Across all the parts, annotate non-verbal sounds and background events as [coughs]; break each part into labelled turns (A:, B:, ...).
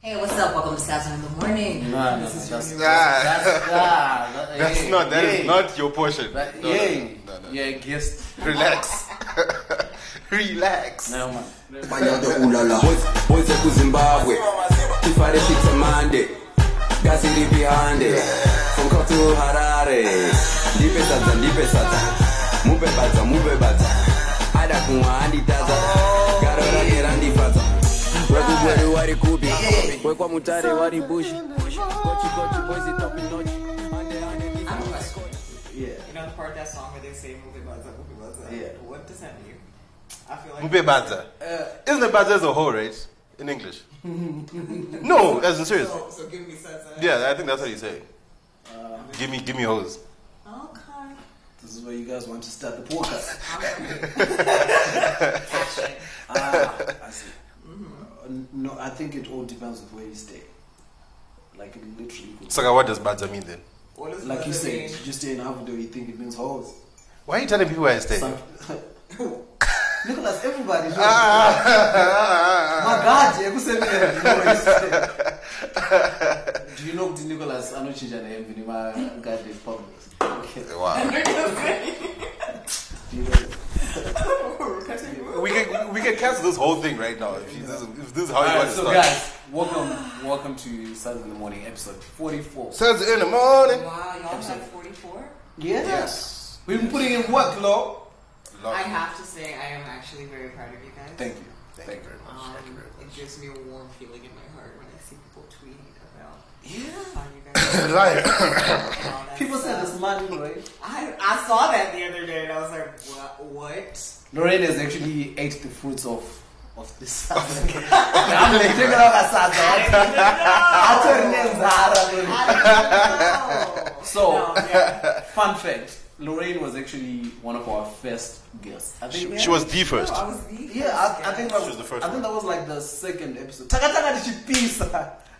A: Hey, what's up? Welcome to Saturday in the morning.
B: No, no,
A: this is
B: that's,
A: your new
B: that's,
C: Nah.
B: that's, nah, that-
C: [laughs] That's
B: yeah,
C: not. That is
B: yeah.
C: not your portion.
B: That,
C: No, no,
B: yeah,
C: no, no, no.
B: yeah, guest.
C: Relax. [laughs] Relax.
B: Never mind.
D: manyado ulala wose kuzimbabwe tifare titemande gaziri bihande from cup to harare ndipe sadza ndipe sadza mupe badza mupe badza ada kumwa anditadza garo rake randifadza wekubweri wari kubi wekwamutare wari bushi
A: I'm a question.
B: Yeah.
E: You know the part of that song where they say "Move it, buzz up, move it, buzz up."
B: Yeah.
E: What does that mean? I feel like
C: Mube Baza.
E: Uh.
C: Isn't it Baza as a whole, right? In
E: [laughs]
C: English. no, as in serious.
E: So, uh, so give me sense.
C: Yeah, I think that's what he's saying. give me, give me hoes.
E: Okay.
B: This is where you guys want to start the podcast.
A: Action.
B: ah, I see. Uh, no, I think it all depends on where you stay. Like it literally, could,
C: Saka, what does Baza mean then?
E: What does
B: like you
E: buzz
B: said,
E: mean?
B: you stay in Avido, you think it means hoes.
C: Why are you telling people where I stay? [laughs]
B: Some- [laughs] Nicholas, everybody. knows.
C: Ah,
B: My God, yeah, who said me, you know where you stay. Do you know the Nicholas? I know Chijan Emvini, my God, they public. Okay.
C: wow.
B: Do you know?
C: We can we can cancel this whole thing right now if, you, this, is, if this is how you
B: Alright,
C: want to
B: so
C: start.
B: guys, welcome, welcome to Saturday in the Morning, episode forty-four.
C: Says in the morning.
A: Wow, y'all have 44?
C: Yes.
B: we've been putting in work, law.
C: Love
E: I
C: you.
E: have to say, I am actually very proud of you guys.
B: Thank you,
C: Thank you very much.
E: Um,
C: Thank you very much.
E: it gives me a warm feeling in my heart when I see people tweeting about
B: Yeah.
E: how you guys.
C: [coughs] Life.
E: all that
B: People said
E: stuff.
B: it's money, right?
E: I, I saw that the other day and I was like, what? what? [laughs]
B: Lorraine has actually ate the fruits of of this. [laughs] I'm taking out her salad.
E: [laughs]
B: I told her name's Zara.
E: I don't know.
B: So-
E: No, yeah.
B: Fun fact: Lorraine was actually one of our first guests. I think
C: She, she was the first.
E: No, I was the
B: Yeah, I, I think that
C: She was the first
B: I think that
C: one.
B: was like the second episode. Taka taka did she piece? Like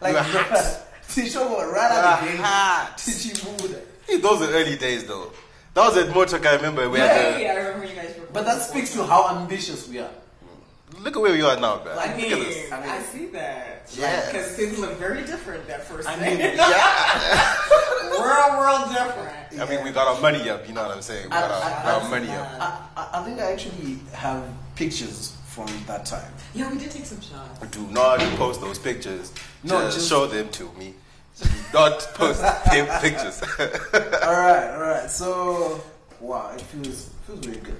C: were
B: the-
C: hot.
B: [laughs] she showed right out the
C: You were
B: gate.
C: hot.
B: Did she move?
C: Ah, Those were early days though. That was at Motoka, I remember. We
E: Yeah,
C: had
E: yeah, I remember you guys.
B: But that speaks to how ambitious we are.
C: the, look at where we are now, man.
E: I mean,
C: look at this.
B: I
E: I,
B: mean-
E: see that.
C: Yeah.
E: Because things look very different that first
B: I
E: day.
B: [laughs] mean-
E: We're a [laughs] world different.
C: I mean, we got our money up. You know what I'm saying? We
B: I-
C: got our,
B: I- I-
C: got our money up.
B: I, I, I think I actually have pictures from that
C: [laughs]
B: time.
E: Yeah, we did take some shots.
C: Do not post those pictures.
B: No,
C: just,
B: just-
C: show them to me. Do not post [laughs] them pictures.
B: all right, all right. So wow, it feels feels really good.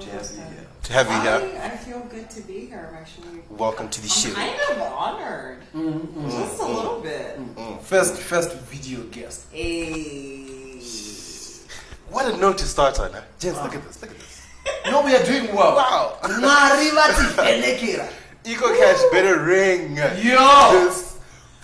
B: to have you here.
C: to have you here,
E: I, I feel good to be here. I'm actually
C: welcome to the
E: I'm
C: show.
E: kind of honored.
B: Mm-hmm.
E: Just a little bit.
B: First, first video guest.
E: Ayy.
C: What a note to start on, huh? James, look at this. Look at this.
B: No, we are doing well.
C: Wow.
B: Marivati Elekera.
C: Eco Cash better ring.
B: Yo,
C: This,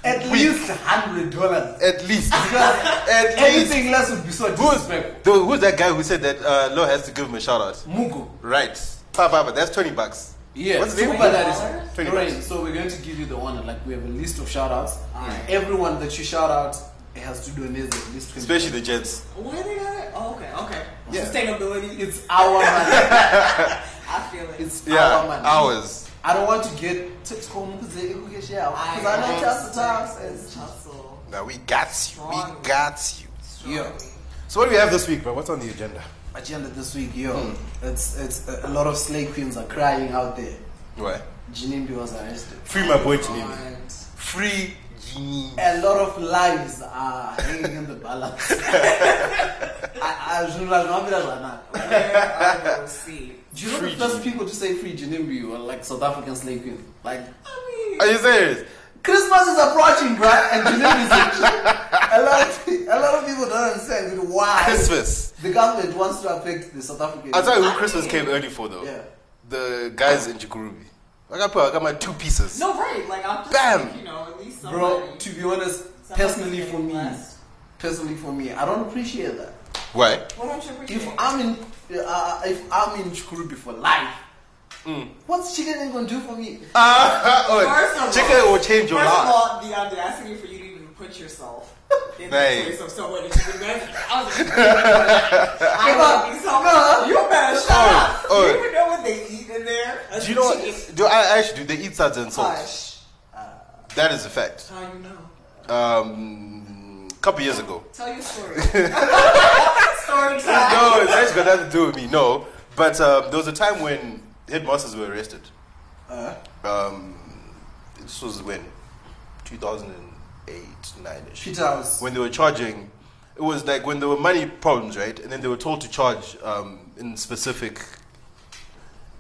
B: at least hundred dollars.
C: at least.
B: Because
C: at least.
B: Anything less would be so
C: Who's,
B: disrespectful.
C: the, who's that guy who said that uh, Lo has to give him a shout out?
B: Mugo.
C: Right. Papa, but that's 20 bucks.
B: Yeah.
C: What's his
B: so
C: name?
B: but that is
C: Twenty
B: Lorraine,
C: bucks.
B: so we're going to give you the honor. Like we have a list of shout outs.
E: Alright.
B: Everyone that you shout out has to donate at least twenty.
C: Especially the gents.
E: What are they gonna? Oh, okay, okay.
C: Yeah.
E: Sustainability.
B: it's our
C: [laughs]
B: money.
E: I feel it.
B: It's our
C: Yeah,
B: money.
C: hours.
B: I don't want to get text home because they could get share.
E: I
B: Because I know Chelsea Towns
E: is
B: is
E: hustle.
C: Now we got you.
E: Strong.
C: We got you.
B: Yeah.
E: Strong.
C: So what do we have this week, bro? What's on the agenda?
B: agenda this week, yo.
C: Hmm.
B: It's it's a, a lot of slay queens are crying out there.
C: What?
B: Jinimbi was arrested.
C: Free my boy Janine.
E: And
C: Free Janine.
B: A lot of lives are hanging in the balance. I, I should have not been like that. [laughs]
E: where are those seats?
B: Do you know
C: Free
B: the first
C: Jinimbi.
B: people to say free Jinimbi were like South African slave queens? Like,
E: I mean,
C: Are you serious?
B: Christmas is approaching, bruh, and Jinimbi is a lot, of, pe- a lot of people don't understand why
C: Christmas.
B: the government wants to affect the South African.
C: I'll tell you who Christmas came early for though.
B: Yeah.
C: The guys in Chikurubi. I got put I got my two pieces.
E: no, right? Like I'm just,
C: Bam.
E: Like, you know, at least somebody.
B: Bro, to be honest,
E: somebody's
B: personally for
E: getting
B: me,
E: blessed.
B: personally for me, I don't appreciate that.
C: Why?
E: What don't you appreciate?
B: If I'm in, uh, if I'm in Chikurubi for life, what's chicken Inn gonna do for me?
C: Ah,
E: First
C: [laughs]
E: of
C: oh,
E: all-
C: chicken will change your
E: First of
C: life.
E: all, the audacity for you to even put yourself in the
C: Hey.
E: place of someone that you've been messing. I
B: [laughs]
E: was like, I love you so much. You better shut up.
C: Oh, oh.
E: You even know what they eat in there?
C: Do you know
E: Chicken
C: what? Do I actually do they eat suds and salt?
E: Hush.
C: That is a fact.
E: How you know?
C: Um, couple years ago.
E: Tell your story. [laughs] story time.
C: No, it's actually got nothing to do with me. No, but um, there was a time when headmasters were arrested. Um, this was when 2008, nine ish.
B: Peter House.
C: When they were charging, it was like when there were money problems, right? And then they were told to charge um, in specific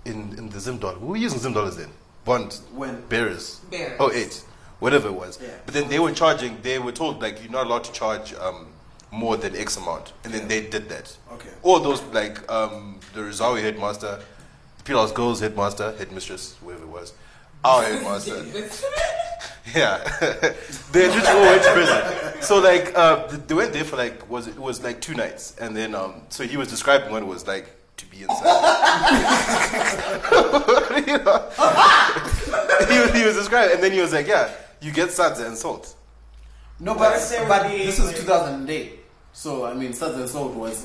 C: in in the Zim dollar. We were using Zim dollars then. Bond
B: When?
C: bearers.
E: Bearers.
C: Oh eight, whatever it was.
B: Yeah.
C: But then they were charging. They were told like you're not allowed to charge um, more than X amount, and then they did that.
B: Okay.
C: All those like um, the Rizawi headmaster, Pilar's girls headmaster, headmistress, whatever it was, our
E: [laughs]
C: headmaster. yeah, [laughs] they literally all went to prison. So like uh, th- they went there for like was it was like two nights, and then um, so he was describing what it was like to be inside. [laughs] You know? [laughs] he, was, he was describing, and then he was like, yeah, you get sadza and salt.
B: No, but,
E: Necessarily,
B: but this was
E: like-
B: 2008. So, I mean, Sons and Salt was.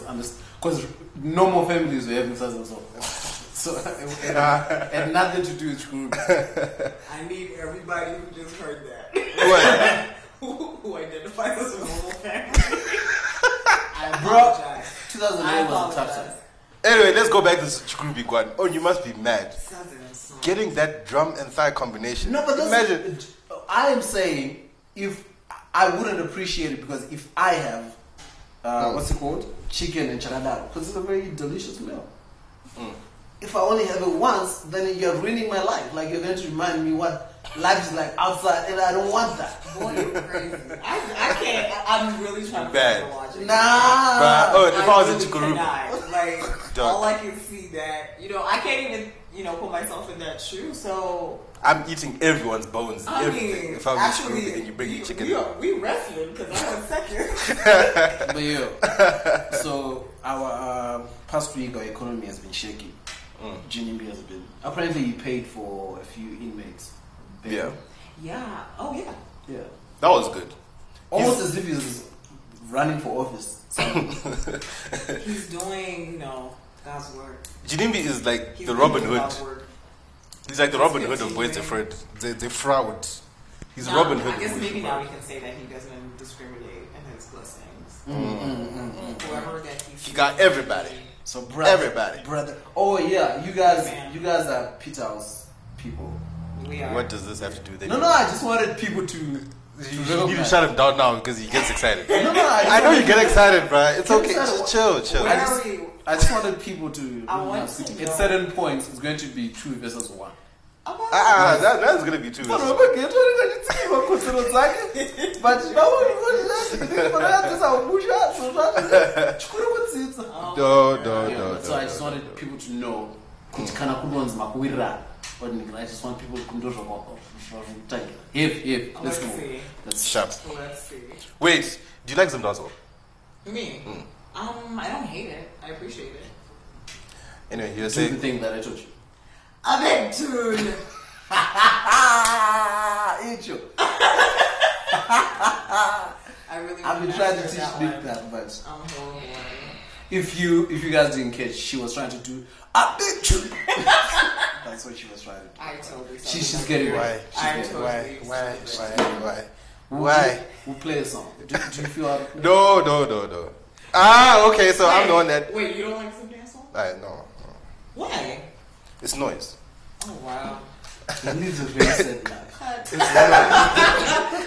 B: Because no more families were having Sons and Salt. [laughs] So, it, it had nothing to do with group.
E: I need everybody who just heard that [laughs]
C: What?
E: who, who identifies as a whole family. I
B: Bro,
E: apologize.
B: 2008 was a tough time.
C: Anyway, let's go back to Chikubi Guan. Oh, you must be mad.
E: Sounds like
C: Getting that drum and thigh combination.
B: No, but that's,
C: imagine.
B: I am saying if I wouldn't appreciate it because if I have uh, what's it called chicken and charadaro because it's a very delicious meal.
C: Mm.
B: If I only have it once, then you're ruining my life. Like you're going to remind me what life is like outside, and I don't want that.
E: [laughs]
A: Boy, you're crazy.
E: I, I can't. I- I'm really trying to
C: Bad.
E: find the logic.
C: Bruh,
B: Nah.
C: oh, if I was in
E: really
C: Chikurubi.
E: cannot.
C: [laughs]
E: Like
C: Dog.
E: all I can see that you know I can't even you know put myself in that shoe. So
C: I'm eating everyone's bones,
E: I
C: everything.
E: mean,
C: if I'm in
E: actually,
C: Chikurubi and you bring your chicken
E: We,
C: out.
E: are- we wrestling because I went second.
B: But yo, [laughs] so our uh, past week, our economy has been shaky.
C: Mm.
B: GNB has been. Apparently, he paid for a few inmates. bail.
C: Yeah.
E: [laughs] Yeah. Oh yeah.
B: Yeah.
C: That was good.
B: Almost as if he's running for office.
E: He's doing you know God's work.
C: Jinimbi is like
E: He's
C: the
E: doing
C: Robin Hood.
E: God's work.
C: He's like the Robin Hood of
E: continuing.
C: Boys Different. The, the fraud. He's
E: Now,
C: Robin Hood.
E: I guess
C: of
E: maybe
C: Boyz II
E: now
C: Front.
E: we can say that he doesn't discriminate in his blessings. Whoever that he
C: He got everybody.
B: So brother,
C: Everybody.
B: brother. Oh yeah, you guys,
E: Man.
B: you guys are Peter House people.
E: We are.
C: What does this have to do with
B: No, no, I just wanted people to.
C: You, you need to shut him down now because he gets excited.
B: No, no, I, just
C: I know you
B: wanted-
C: get excited, bruh. It's
B: Get
C: okay.
B: excited.
C: Just chill, chill.
E: Where
B: I just-
E: are we?
B: I just wanted people to.
E: I want
B: relax.
E: to
B: At
E: know.
B: certain points, it's going to be two versus one.
E: I'm
C: Ah, ah, that, that's gonna be too.
B: But no,
C: No, no,
B: Yeah,
C: no,
B: so I
C: no.
B: just wanted people to know kuti kana kunonzi makuwirira odingira i just want people to know zvazvinotagira hip hip let's
E: Let's
B: go
E: see.
B: let's
C: Sharp.
E: Let's see.
C: Wait, do you like Zim Dazzle?
E: Me?
C: Hmm.
E: Um, I don't hate it. I appreciate it.
C: Anyway, you were
B: do the
C: saying
B: thing that I told you
E: I'm in tune.
B: ah icho
E: I really.
B: I've been
E: wanna
B: trying to
E: answer
B: teach
E: that
B: Nick
E: one. Um,
B: that but
E: I'm horrible.
B: if you if you guys didn't catch she was trying to do a bit [laughs] that's what she was trying to do
E: I totally.
B: She-
E: sound
B: she's
E: like
B: getting
E: a-
B: why? She's
E: I
B: getting
E: totally.
C: why,
B: We'll play- we'll play a song do, do you feel out of
C: No, no, no, no. Ah, okay. So I'm the one that.
E: Wait, you don't like some dance song?
C: I no, no.
E: Why?
C: it's noise.
E: Oh wow.
B: [laughs] he needs a very sad laugh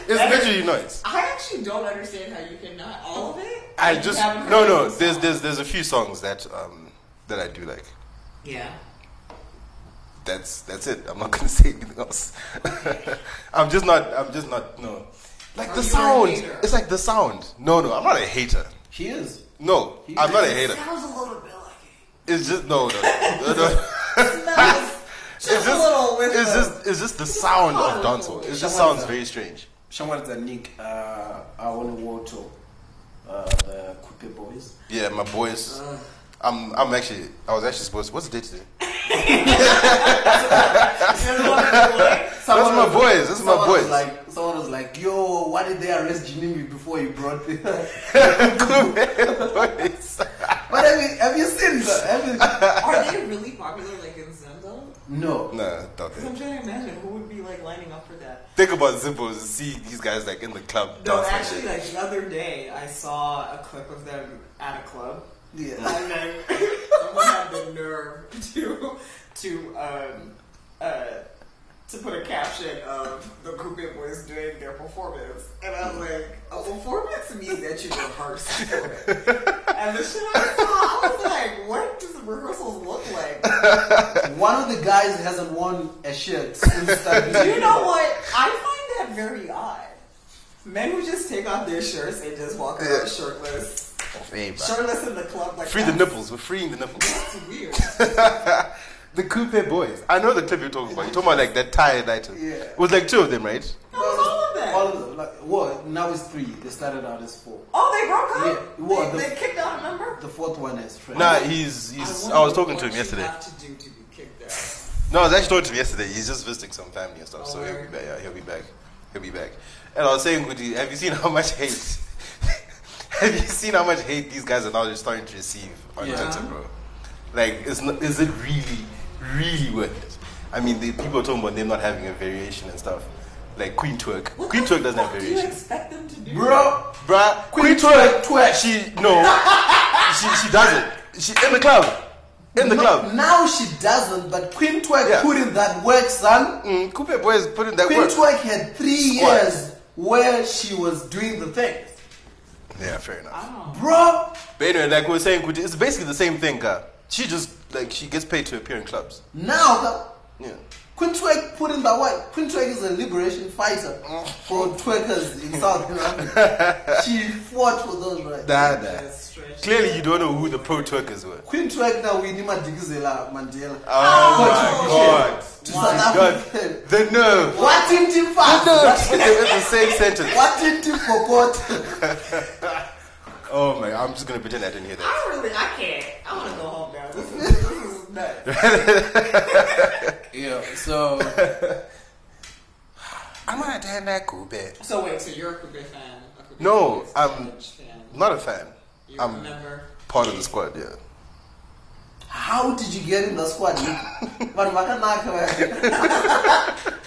C: It's literally noise.
E: I actually don't understand how you cannot all of it.
C: I
E: You
C: just
E: haven't
C: no,
E: heard
C: no.
E: the
C: There's
E: song.
C: there's there's a few songs that um that I do like.
E: Yeah.
C: That's that's it. I'm not gonna [laughs] say anything else. I'm just not. I'm just not. No, like
E: Are
C: the
E: you Oh, a
C: sound.
E: hater?
C: It's like the sound. No, no. I'm not a hater.
B: he is
C: No, I'm not a hater.
E: Sounds a little bit [laughs] like
C: It's just no, no, no. no.
E: it.
C: It's
E: Smells just, a little with
C: it's
E: the-
C: just it's just the sound of dancehall. It just sounds
B: Shamanza.
C: very strange.
B: shamwari nick uh, aone woto uh, the kupe boys
C: Yeah, my boys.
E: Uh.
C: I'm I'm actually I was actually supposed. What's the date today? [laughs] That's my boys. That's my
B: someone
C: boys.
B: was like someone was like yo why did they arrest jinimi before you brought [laughs] the
C: Boys.
B: but have you, have you seen that have you,
E: Are they really popular like in Zendo?
C: [laughs]
B: No.
C: Nah, doubt
E: Because I'm
C: it.
E: trying to imagine who would be like lining up for that.
C: Think about Zippos. See these guys like in the club
E: No,
C: dancing.
E: actually, like the other day, I saw a clip of them at a club,
B: Yeah.
E: and then someone had the nerve to to um uh to put a caption of the group it was doing their performance, and I'm like, a performance means that you rehearse for it. and the shit I saw, I was like, what does rehearsals look like?
B: One of the guys hasn't worn a shirt since that
E: You know what? I find that very odd. Men who just take off their shirts and just walk around shirtless.
C: Hey, bruh.
E: Shirtless in the club like
C: Free the
E: that.
C: nipples. We're freeing the nipples.
E: That's [laughs] weird.
C: The coupe boys. I know the clip you're talking about. You're talking about like that tie item.
B: Yeah.
C: It was like two of them, right?
E: all of them.
B: All of them. Like, well, now it's three. They started out as four.
E: Oh, they broke up?
B: Yeah, what,
E: they,
B: the-
E: they kicked out a member?
B: The fourth one is Fred.
C: Nah, he's he's. I, was
E: wonder
C: talking to him
E: what
C: yesterday.
E: You have to do to be kicked
C: [laughs]
E: out.
C: No, I was actually talking to him yesterday. He's just visiting some family and stuff, so
E: Oh,
C: he'll be
E: right.
C: back. Yeah, he'll be back. He'll be back. And I was saying, Kuti, have you seen how much hate? [laughs] have you seen how much hate these guys are now just starting to receive on
B: Yeah.
C: Twitter, bro? Like, is not, is it really, really worth it? I mean, the people are talking about them not having a variation and stuff. Like Queen Twerk.
E: What
C: Queen
E: the
C: Twerk doesn't have
E: fuck do you
C: variation.
E: expect them to do?
B: Bro,
C: Bruh, Queen,
B: Queen
C: Twerk,
B: Twerk, twerk.
C: She no, she she doesn't. She in the club, in the
B: no-
C: club.
B: Now she doesn't, but Queen Twerk
C: Yeah.
B: put in that work, son.
C: Mm, Coupe boys put in that
B: Queen
C: work.
B: Twerk had three
C: Squad.
B: years where she was doing the thing.
C: Yeah, fair enough.
B: Bro,
C: But anyway, like we were saying, Kuti, it's basically the same thing, ka. She just, like, she gets paid to appear in clubs.
B: now that
C: Yeah.
B: Queen Twerk put in that work. Queen Twerk is a liberation fighter for twerkers in South
C: [laughs]
B: Africa. she fought for those rights.
C: Dada.
E: That's strange.
C: Clearly, you don't know who the pro twerkers were.
B: Queen Twerk now we need Madikizela Mandela. to
C: Oh, Ah, my
B: South
C: God.
B: African.
C: The nerve.
B: What did you
C: The nerve.
B: pass?
C: It's [laughs] the same sentence.
B: What did you forgot?
C: Oh, my. I'm just going to pretend I didn't hear that.
E: I really, I can't. I want to go home now. This is, this is
C: [laughs]
E: nuts.
B: Yeah, so
C: I'm not a damn that Coupe.
E: So wait, so you're a Coupe fan? A Coupe
C: No,
E: Boys
C: I'm-
E: Challenge fan.
C: Not a fan.
E: You
C: I'm
E: remember?
C: part of the squad, yeah.
B: how did you get in the squad? nigga? But Makanaka, man. [laughs]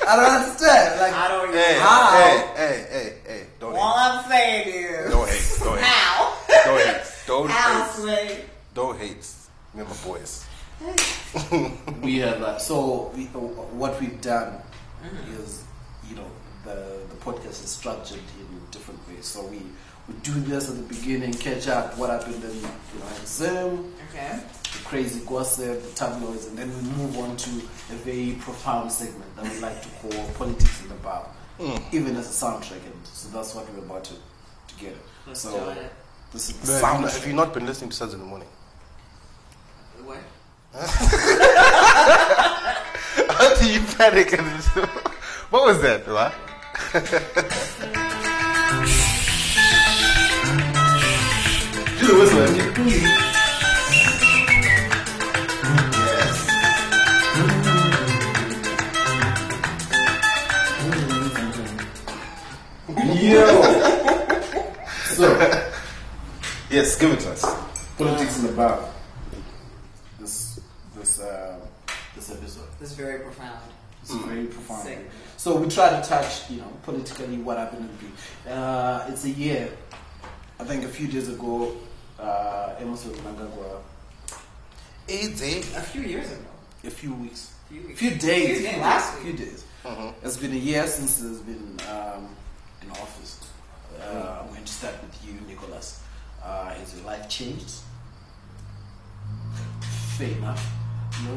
B: I don't understand. Like
E: I don't even.
C: Hey,
B: How?
C: hey, hey, hey, hey. Don't
E: All
C: hate.
E: I'm saying is.
C: Don't hate. Don't hate.
E: How?
C: Don't hate. Don't
E: How,
C: hate.
E: Slay?
C: Don't hate. We're my boys.
B: we have uh, so we, uh, what we've done
E: Mm.
B: is you know the the podcast is structured in different ways. So we we do this at the beginning, catch up what happened in you know in Zim,
E: Okay.
B: the crazy gossip, the tabloids, and then we move on to a very profound segment that we like to call politics in the bar, even as a soundtrack. And so that's what we're about to to get.
E: Let's
B: so
E: do it.
B: this is the
C: Man, have you
B: soundtrack.
C: not been listening to Suds in the Morning?
E: What?
C: How do you panic at this? what was that, right? Do the whistle, Andy.
B: Yo.
C: [laughs]
B: so
C: Yes, give it to us.
B: politics in the bar. This this uh, this episode.
E: This is very profound.
B: It's very profound.
E: Hmm. Sick.
B: So we try to touch, you know, politically what happened in the uh, It's a year. I think a few days ago, uh, Emerson Mnangagwa,
C: Easy.
E: A few years ago.
B: a few weeks,
E: Few
B: a
E: weeks.
B: few days,
E: Few days,
B: few
E: last
B: few days.
C: Mm-hmm.
B: It's been a year since there's been um, in office. Uh, I'm going to start with you, Nicholas. Uh, has your life changed? Fair
C: [laughs]
B: enough. No.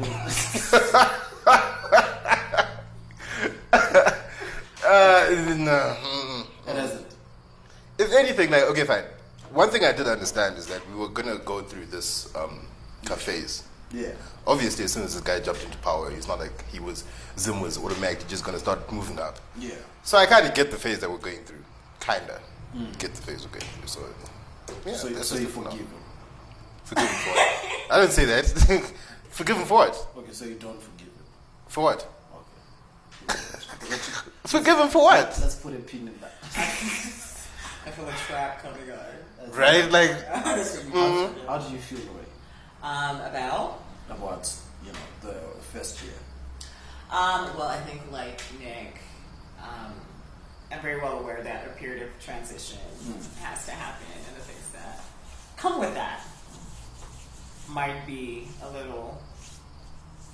C: Uh, no. Mm-hmm. mm-mm.
B: It hasn't.
C: If anything, like, okay, fine. One thing I did understand is that we were gonna go through this um, cafes.
B: Yeah.
C: Obviously, as soon as this guy jumped into power, it's not like he was Zim was automatically just gonna start moving up.
B: Yeah.
C: So I kind of get the phase that we're going through. Kinda get the phase we're going through. So yeah,
B: Hmm. so
C: that's
B: so
C: just
B: you
C: it for now.
B: forgive him.
C: Forgive him for what? I didn't say that. [laughs] Forgive him for what?
B: Okay, so you don't forgive him.
C: For what?
B: Okay.
C: Forgive him for what?
B: Let's put a pin in that.
E: I feel a trap coming on. [laughs]
C: Right? Like,
E: This is
B: Mm-hmm.
E: gonna be
B: How do you feel Ray,
E: Um, about
B: about you know the first year?
E: Um, well, I think like Nick, um, I'm very well aware that a period of transition
B: Mm.
E: has to happen, and the things that come with that might be a little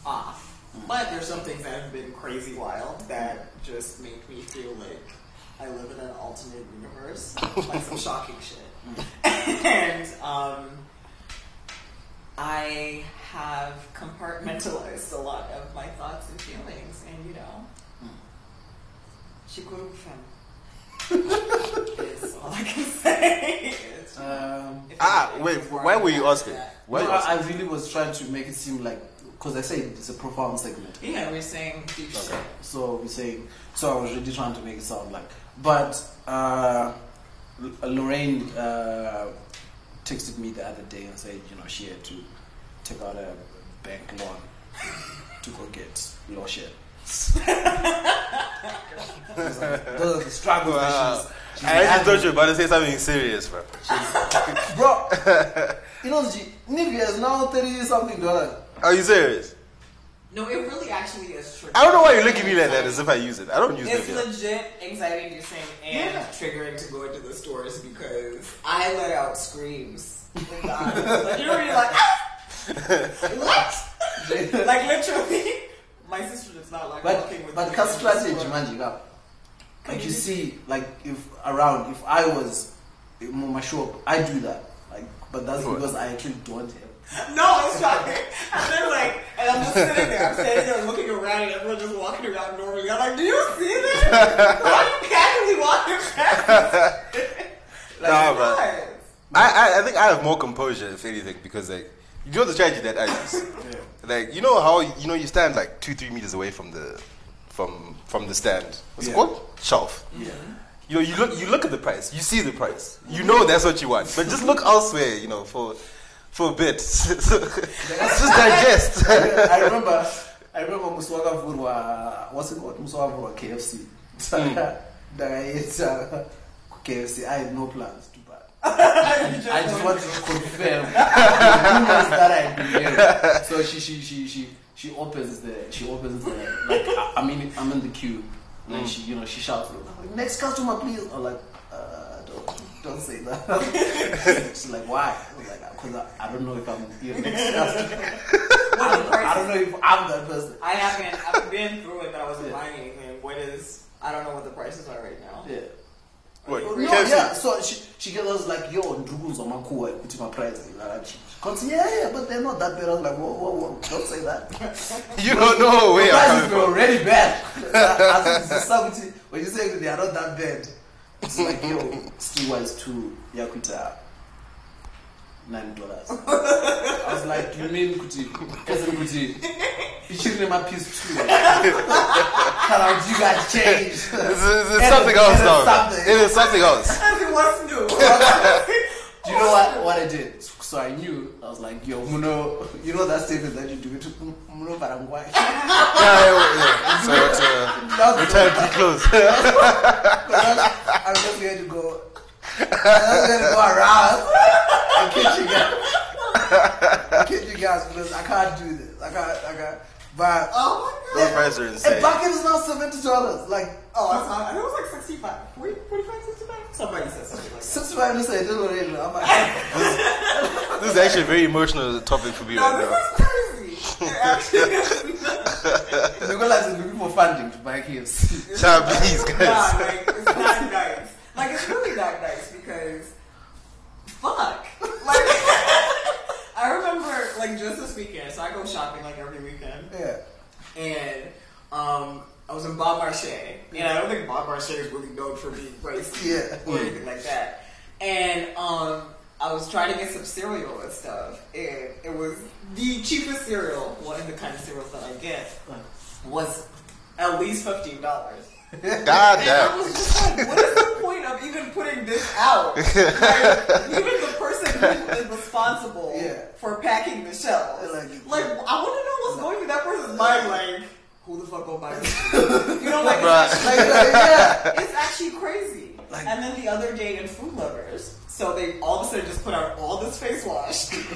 E: off. But there's some things that have been crazy wild that just make me feel like I live in an alternate
C: [laughs]
E: universe, like some shocking shit.
C: Mm.
E: [laughs] and um, I have compartmentalized a lot of my thoughts and feelings, and you know,
C: Mm.
E: shikurufen [laughs] is all I can say. It's-
B: Um,
E: if
C: Ah,
E: anything,
C: wait,
E: it's where
C: why
E: I'm
C: were you
E: at
C: asking?
E: that.
C: Why
B: no,
C: you asking?
B: I, I really was trying to make it seem like because I said it's a profound segment.
E: Yeah, we're saying deep shit.
B: So we say, so I was really trying to make it sound like. But uh, L- Lorraine uh, texted me the other day and said, you know, she had to take out a bank loan to go get law shit. [laughs] Those are the struggles
C: Wow.
B: that she's, she's
C: I actually
B: having.
C: thought you were about to say something serious, bro.
B: Bro, you know, she- Nivea is now 30 something dollars.
C: [laughs] Are you serious?
E: No, it really actually is true.
C: I don't know why you're looking at me like that as if I use it. I don't use
E: It's
C: it.
E: legit anxiety inducing and
B: Yeah.
E: triggering to go into the stores because I let out screams. in
C: [laughs]
E: the aisles. like, you were like, ah! what? [laughs] like literally, my sister does not like
B: But
E: walking with
B: but
E: me
B: cast
E: in the
B: strategy,
E: store.
B: man, you got.
E: Could
B: Like
E: you
B: you
E: just-
B: see, like if around, if I was in my shop, I do that. Like, but that's
C: What?
B: because I actually don't have.
E: No, it's shocking. And they're like, and I'm just sitting there, I'm standing there looking around, and everyone just walking around normally. I'm like, do you see this? Why are you casually walking past? like,
C: Nah, bro.
E: guys.
C: I, I, I think I have more composure, if anything, because like you know the strategy that I use. Like you know how you know you stand like two three meters away from the from from the stand. What's it
B: Yeah.
C: called? Shelf.
B: Yeah.
C: You know you look you look at the price. You see the price. You know that's what you want. But just look elsewhere. You know for for a bit. [laughs] So, just digest.
B: [laughs] [laughs]
C: [laughs]
B: I remember, I remember Muswaga Vurwa. What's it called? Muswaga Vurwa KFC. [laughs] That I ate uh, KFC. I had no plans to buy. I just want to confirm the rumors that I've been hearing. So she she she she she opens the she opens the like I, I mean I'm in the queue and she you know she shouts like, next customer please I'm like uh, don't don't say that [laughs] she's like why I was like because I, I don't know if I'm your next customer I don't, know- I don't know if I'm that person
E: I haven't.
B: [laughs]
E: I've been through it, but I wasn't
B: Yeah.
E: buying anything. What is? I don't know what the prices are right now.
B: yeah.
C: What?
B: No,
C: KFC?
B: yeah, so she, she gets us like, yo, Nduguns on Makua, put my price. Like, she comes, yeah, yeah, but they're not that bad. I was like, whoa, whoa, whoa, don't say that.
C: You don't know where I'm
B: prices
C: coming
B: were
C: from.
B: already bad. As in society, when you say they are not that bad, it's like, yo, still was two Yakuta. Nine dollars. I was like, you mean Kuti? Yes, Kuti. Ishirini mapiece too. Can you guys change?
C: It's, it's- it's
B: It is-
C: something
B: it
C: else
B: is
C: now. bro.
B: something.
C: It is something else.
E: [laughs] What's
B: [laughs]
E: new? Oh
B: Do you know what, what I did? So I knew, I was like, yo, Muno, [laughs] you know that statement that you do to Muno Barangwai? [laughs]
C: Yeah, yeah, yeah. So it's, uh,
B: That's
C: time to close.
B: I'm just going to go, [laughs] I'm just going to go around and catch you guys. Catch you guys [laughs] because I can't do this. I can't, I can't. But
E: Oh my god.
C: Those prices are
B: a
C: insane.
B: bucket is now $70. Like,
E: Oh, I saw- I think it was like 65, 40, 45, 65. Somebody said something like that.
B: since I say, I'm like, [laughs]
C: This is actually a very emotional topic for me
E: No,
C: right
E: this
C: now.
E: is crazy. It
B: [laughs]
E: actually is nuts.
B: Nicolas is looking for funding to buy KFC.
C: Child, please, guys.
E: Nah, like, it's not nice. Like, it's really not nice because fuck. Like, [laughs] I remember, like, just this weekend, so I go shopping, like, every weekend.
B: [laughs] Yeah.
E: and um, I was in Bob Marché, and I don't think Bob Marché is really known for being pricey
B: Yeah.
E: or anything like that. And um, I was trying to get some cereal and stuff, and it was the cheapest cereal, one of the kind of cereals that I get, was at least fifteen dollars.
C: God
E: And I
C: damn.
E: was just like, what is the point of even putting this out? Like, even the person who is responsible
B: Yeah.
E: for packing the shelves.
B: Like-
E: Like, I want to know what's going through that person's mind. Like, who the fuck will buy this? you know, like,
C: Bruh.
B: Like, yeah.
E: it's actually crazy.
B: Like-
E: and then the other day in Food Lovers, so they all of a sudden just put out all this face wash. [laughs]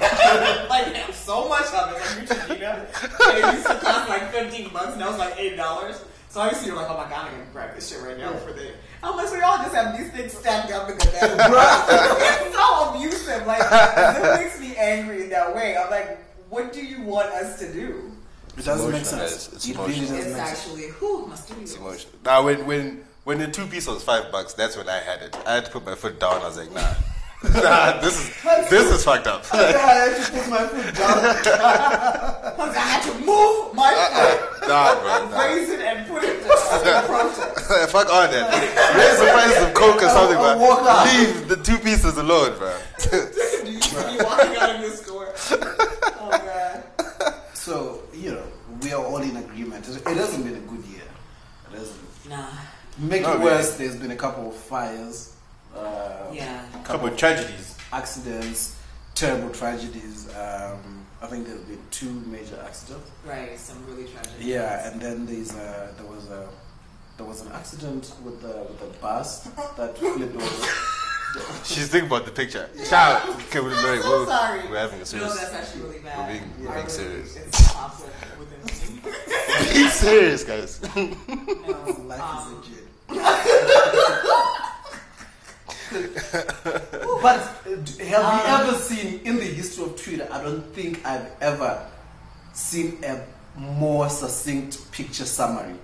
E: like so much of it. Like you just need it. And it used to cost like fifteen bucks and that was like eight dollars. So I used to be like, oh my god, I'm gonna grab this shit right now for the I'm like, so y'all just have these things stacked up in the bed.
B: [laughs]
E: it's so abusive. Like it makes me angry in that way. I'm like, what do you want us to do?
B: It doesn't make
C: emotional,
B: sense.
C: guys. It's
B: it really
C: emotional.
B: doesn't
E: It's
B: make sense.
E: actually who must do
C: It's
E: you?
C: emotional. Now, when when when the two piece was five bucks, that's when I had it. I had to put my foot down. I was like, nah, [laughs] nah, this is this is fucked up. [laughs]
B: [laughs] I had to put my foot down.
E: Because I had to move my
B: Uh-uh.
C: Nah, bro,
E: foot,
C: nah. [laughs]
E: raise it, and put it down [laughs] in protest.
C: Fuck all that. Raise the price of coke or something,
B: I'll walk
C: bro.
B: out.
C: Leave the two pieces alone, bro.
E: You you walking out of this store. Oh god.
B: So, you know, we are all in agreement. It it hasn't been a good year. It hasn't.
A: Nah.
B: Make it
C: No, really.
B: worse, there's been a couple of fires, uh,
A: Yeah.
C: Couple of tragedies.
B: accidents, terrible tragedies. Um, I think there's been two major accidents.
A: Right. Some really tragic.
B: Yeah, and then there's uh there was a there was an accident with the with the bus that flipped over.
C: She's thinking about the picture. Shout out. Okay, we're,
E: I'm
C: we're,
E: so sorry.
C: we're having a
E: No,
C: serious.
E: that's actually really
C: We're
E: bad.
C: being, we're being
E: I really-
C: serious.
E: It's awful within me.
C: [laughs] Being serious, guys.
E: No,
B: Life
E: um,
B: is a joke. but uh, d- have you ever seen in the history of Twitter? I don't think I've ever seen a more succinct picture summary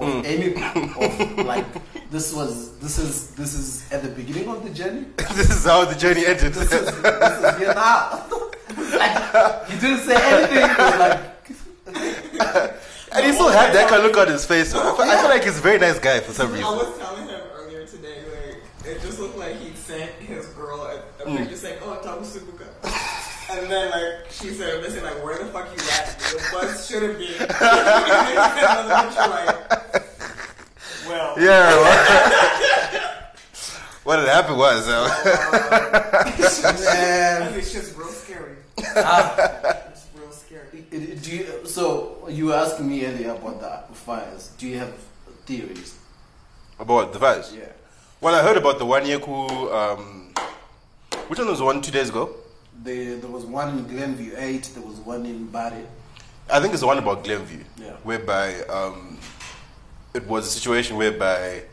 B: of anything. Of like this was this is this is at the beginning of the journey.
C: [laughs] this is how the journey ended.
B: This is this is here now. [laughs] like, you didn't say anything. It was like
C: And he still had that kind of look on his face. So I, feel, I feel like he's a very nice guy for some
E: I
C: reason.
E: was telling him earlier today, like, it just looked like he sent his girl a, a picture saying, oh, Tabusubuka. and then, like, she said, I'm missing, like, where the fuck you at? The bus should have been. [laughs] and then he sent another picture, like, well.
C: Yeah. [laughs] What, what had happened was, uh,
E: [laughs]
B: man.
E: And it's just real scary. it's real scary.
B: Do you, so you were asking me earlier about the fires. Do you have theories?
C: about the virus.
B: Yeah.
C: Well, I heard about the one Yeku. Um, which one was the one two days ago?
B: There, there was one in Glenview Eight. There was one in Bari.
C: I think it's the one about Glenview,
B: Yeah.
C: whereby um, it was a situation whereby,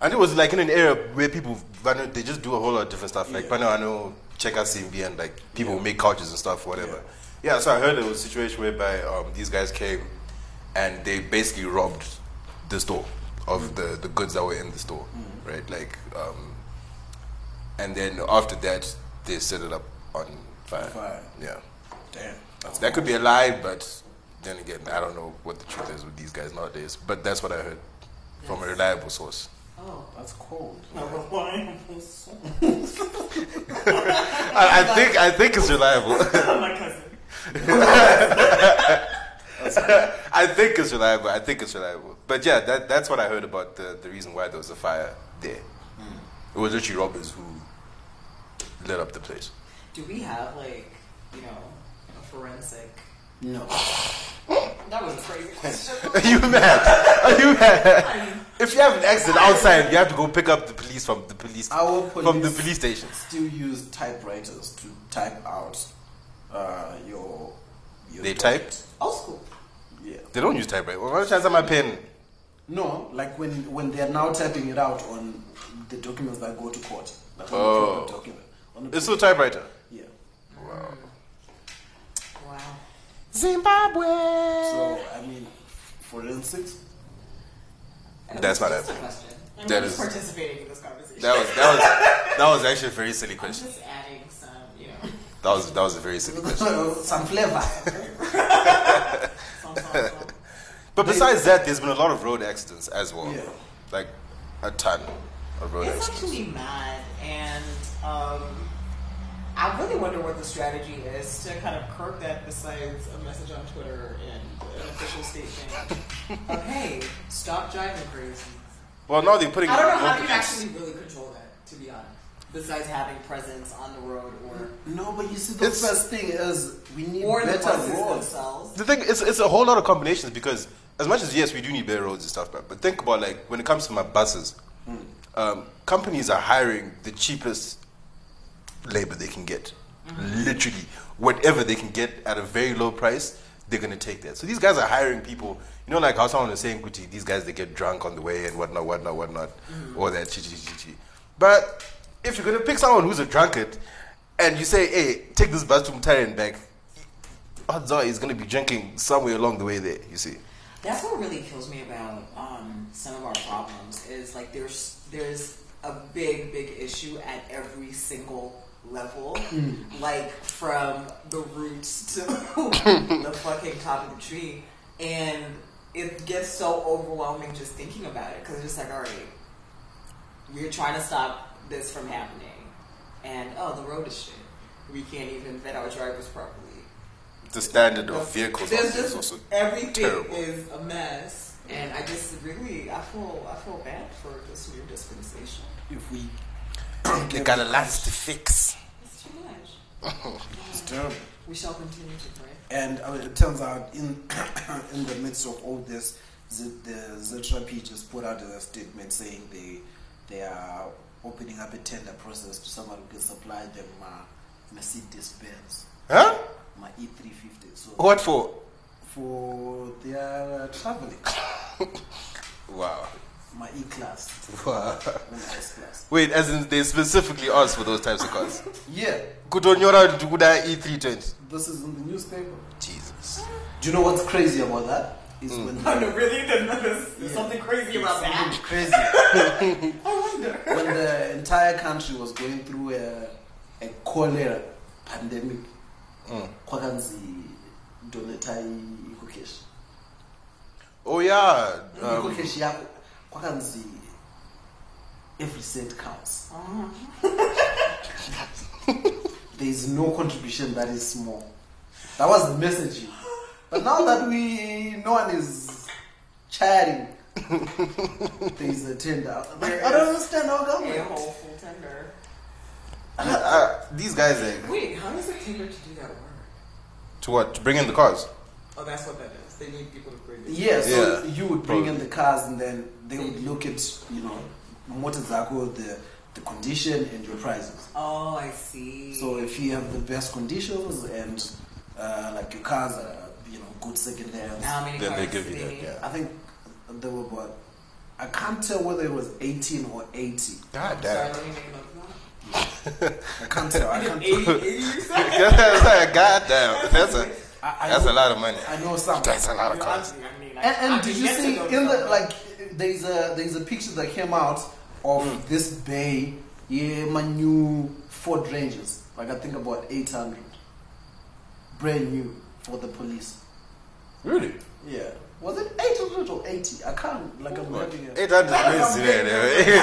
C: and it was like in an area where people vano- they just do a whole lot of different stuff, like
B: Yeah.
C: Panoano, check out CMB, and like people
B: Yeah.
C: make couches and stuff, whatever. Yeah. so I heard there was a situation whereby um, these guys came and they basically robbed the store
B: Mm.
C: of the, the goods that were in the store, right? Like, um, and then after that, they set it up on fire.
B: Fire.
C: Yeah.
B: Damn.
C: So that could be a lie, but then again, I don't know what the truth is with these guys nowadays. But that's what I heard from a reliable source.
A: Oh.
B: That's cold.
C: [laughs] I, I think I think it's reliable. [laughs]
E: My cousin.
C: I think it's reliable. I think it's reliable. But yeah, that, that's what I heard about the, the reason why there was a fire there. It was literally robbers who lit up the place. [laughs]
A: Do we have like you know a forensic?
B: No.
E: That was a crazy question.
C: Are you mad? Are you mad?
B: [laughs]
E: I'm
C: If you have an accident outside, you have to go pick up the police from the police
B: Our
C: from the
B: police-
C: police stations.
B: Still use typewriters to type out uh, your, your.
C: They
B: doc-
C: typed.
E: old school.
B: Yeah.
C: They don't use typewriter. Why don't you have my pen?
B: No, like when when they are now typing it out on the documents that go to court. Like on the
C: Oh.
B: proper document. On the
C: It's still typewriter.
B: yeah.
A: Wow.
C: Zimbabwe.
B: So I mean, forensics. [laughs]
C: That's not
A: Just a
C: happening.
A: question.
E: I'm
C: That
E: just
C: is-
E: participating in this conversation.
C: That was that was that was actually a very silly
A: I'm
C: question.
A: just adding some, you
E: [laughs]
A: know,
C: That was that was a very silly.
B: Some flavor.
A: some, some, some.
C: But besides that, there's been a lot of road accidents as well.
B: Yeah.
C: Like a ton of road
E: It's
C: accidents.
E: actually mad, and um, I really wonder what the strategy is to kind of curb that. Besides a message on Twitter and an
C: [laughs]
E: official statement of "Hey, stop driving crazy."
C: Well, now they're putting.
E: I don't know how
C: road
E: you
C: blocks.
E: actually really control that, to be honest. Besides having presence on the road or
B: No, but you see, the
C: It's-
B: first thing is we need
E: or the
B: better
E: buses
B: roads.
E: themselves.
C: The thing is, it's a whole lot of combinations because as much as yes, we do need better roads and stuff, but, but think about like when it comes to my buses, um, companies are hiring the cheapest labor they can get. Literally, whatever they can get at a very low price, they're going to take that. So these guys are hiring people. You know, like how someone was saying, Kuti, these guys, they get drunk on the way and whatnot, whatnot, whatnot, all that, chi, chi, chi, chi. But if you're going to pick someone who's a drunkard and you say, hey, take this bus to Mutare and back, odds are he's going to be drinking somewhere along the way there, you see.
A: That's what really kills me about um, some of our problems is like there's there's a big big issue at every single level, like from the roots to [laughs] the fucking top of the tree, and it gets so overwhelming just thinking about it because it's just like all right, we're trying to stop this from happening, and oh the road is shit, we can't even vet our drivers properly.
C: The standard of vehicles out
A: There's
C: there is
A: just
C: also
A: everything
C: terrible.
A: is a mess, and I just really I feel I feel bad for this new dispensation.
B: If we
C: They got a lot to fix.
A: It's too much.
B: it's terrible.
A: We shall continue to pray.
B: And I mean, it turns out, in [coughs] in the midst of all this, Z, the ZRP just put out a statement saying they they are opening up a tender process to someone who can supply them uh, Mercedes Benz,
C: Huh?
B: my E350. So
C: What for?
B: for their uh, traveling,
C: Wow.
B: my E class,
C: Wow.
B: my S class.
C: Wait, as in they specifically asked for those types of cars.
B: Yeah,
C: Kutonyora Duguda E320.
B: this is in the newspaper.
C: Jesus.
B: Do you know what's crazy about that? Is when
E: Oh, [laughs] no, really? There's, nothing- [laughs] there's
B: Yeah.
E: something crazy about [laughs] that.
B: crazy. [laughs] when the entire country was going through a, a cholera pandemic,
C: Mm.
B: kwakanzi donata i- ikokeshi.
C: Oh, yeah. Um,
B: Ikokeshi yako kwakanzi every cent counts. there is no contribution that is small. That was the messaging. But now that we no one is
C: [laughs]
B: chatting, there is a tender. Like, I don't understand how
E: A
B: government.
E: whole full tender.
C: uh, these guys, like,
E: Wait, how does it tender to do that work?
C: to what? To bring in the cars?
E: Oh, that's what that is. They need people to bring it.
B: Yeah, so
C: Yeah,
B: you would bring in
C: probably.
B: the cars and then they would look at, you know, motorcycle, the, the condition and your prices.
A: Oh, I see.
B: So if you have the best conditions and uh, like your cars are, you know, good second hands.
A: how many
C: Then they
A: cars
C: give
A: do
C: you
A: they
C: that,
A: need?
C: yeah.
B: I think there were about, I can't tell whether it was 18 or 80.
C: God damn. [laughs]
E: Sorry, let me make a note of
B: I can't tell.
E: [laughs]
B: I can't.
C: [laughs]
E: that. 80, 80 you said?
C: that's like, God damn. That's a,
B: I, I
C: that's
B: know,
C: a lot of money.
B: I know some.
C: That's a lot of cars.
E: Obviously, I mean, I,
B: And,
E: I
B: and did
E: can
B: you
E: get to
B: see
E: know
B: in the
E: someone.
B: like there's a there's a picture that came out of this bay, yeah, my new Ford Rangers, like I think about eight hundred, brand new for the police.
C: Really?
B: Yeah, was it eight hundred or eighty? I can't like I'm having a.
C: 800 million today.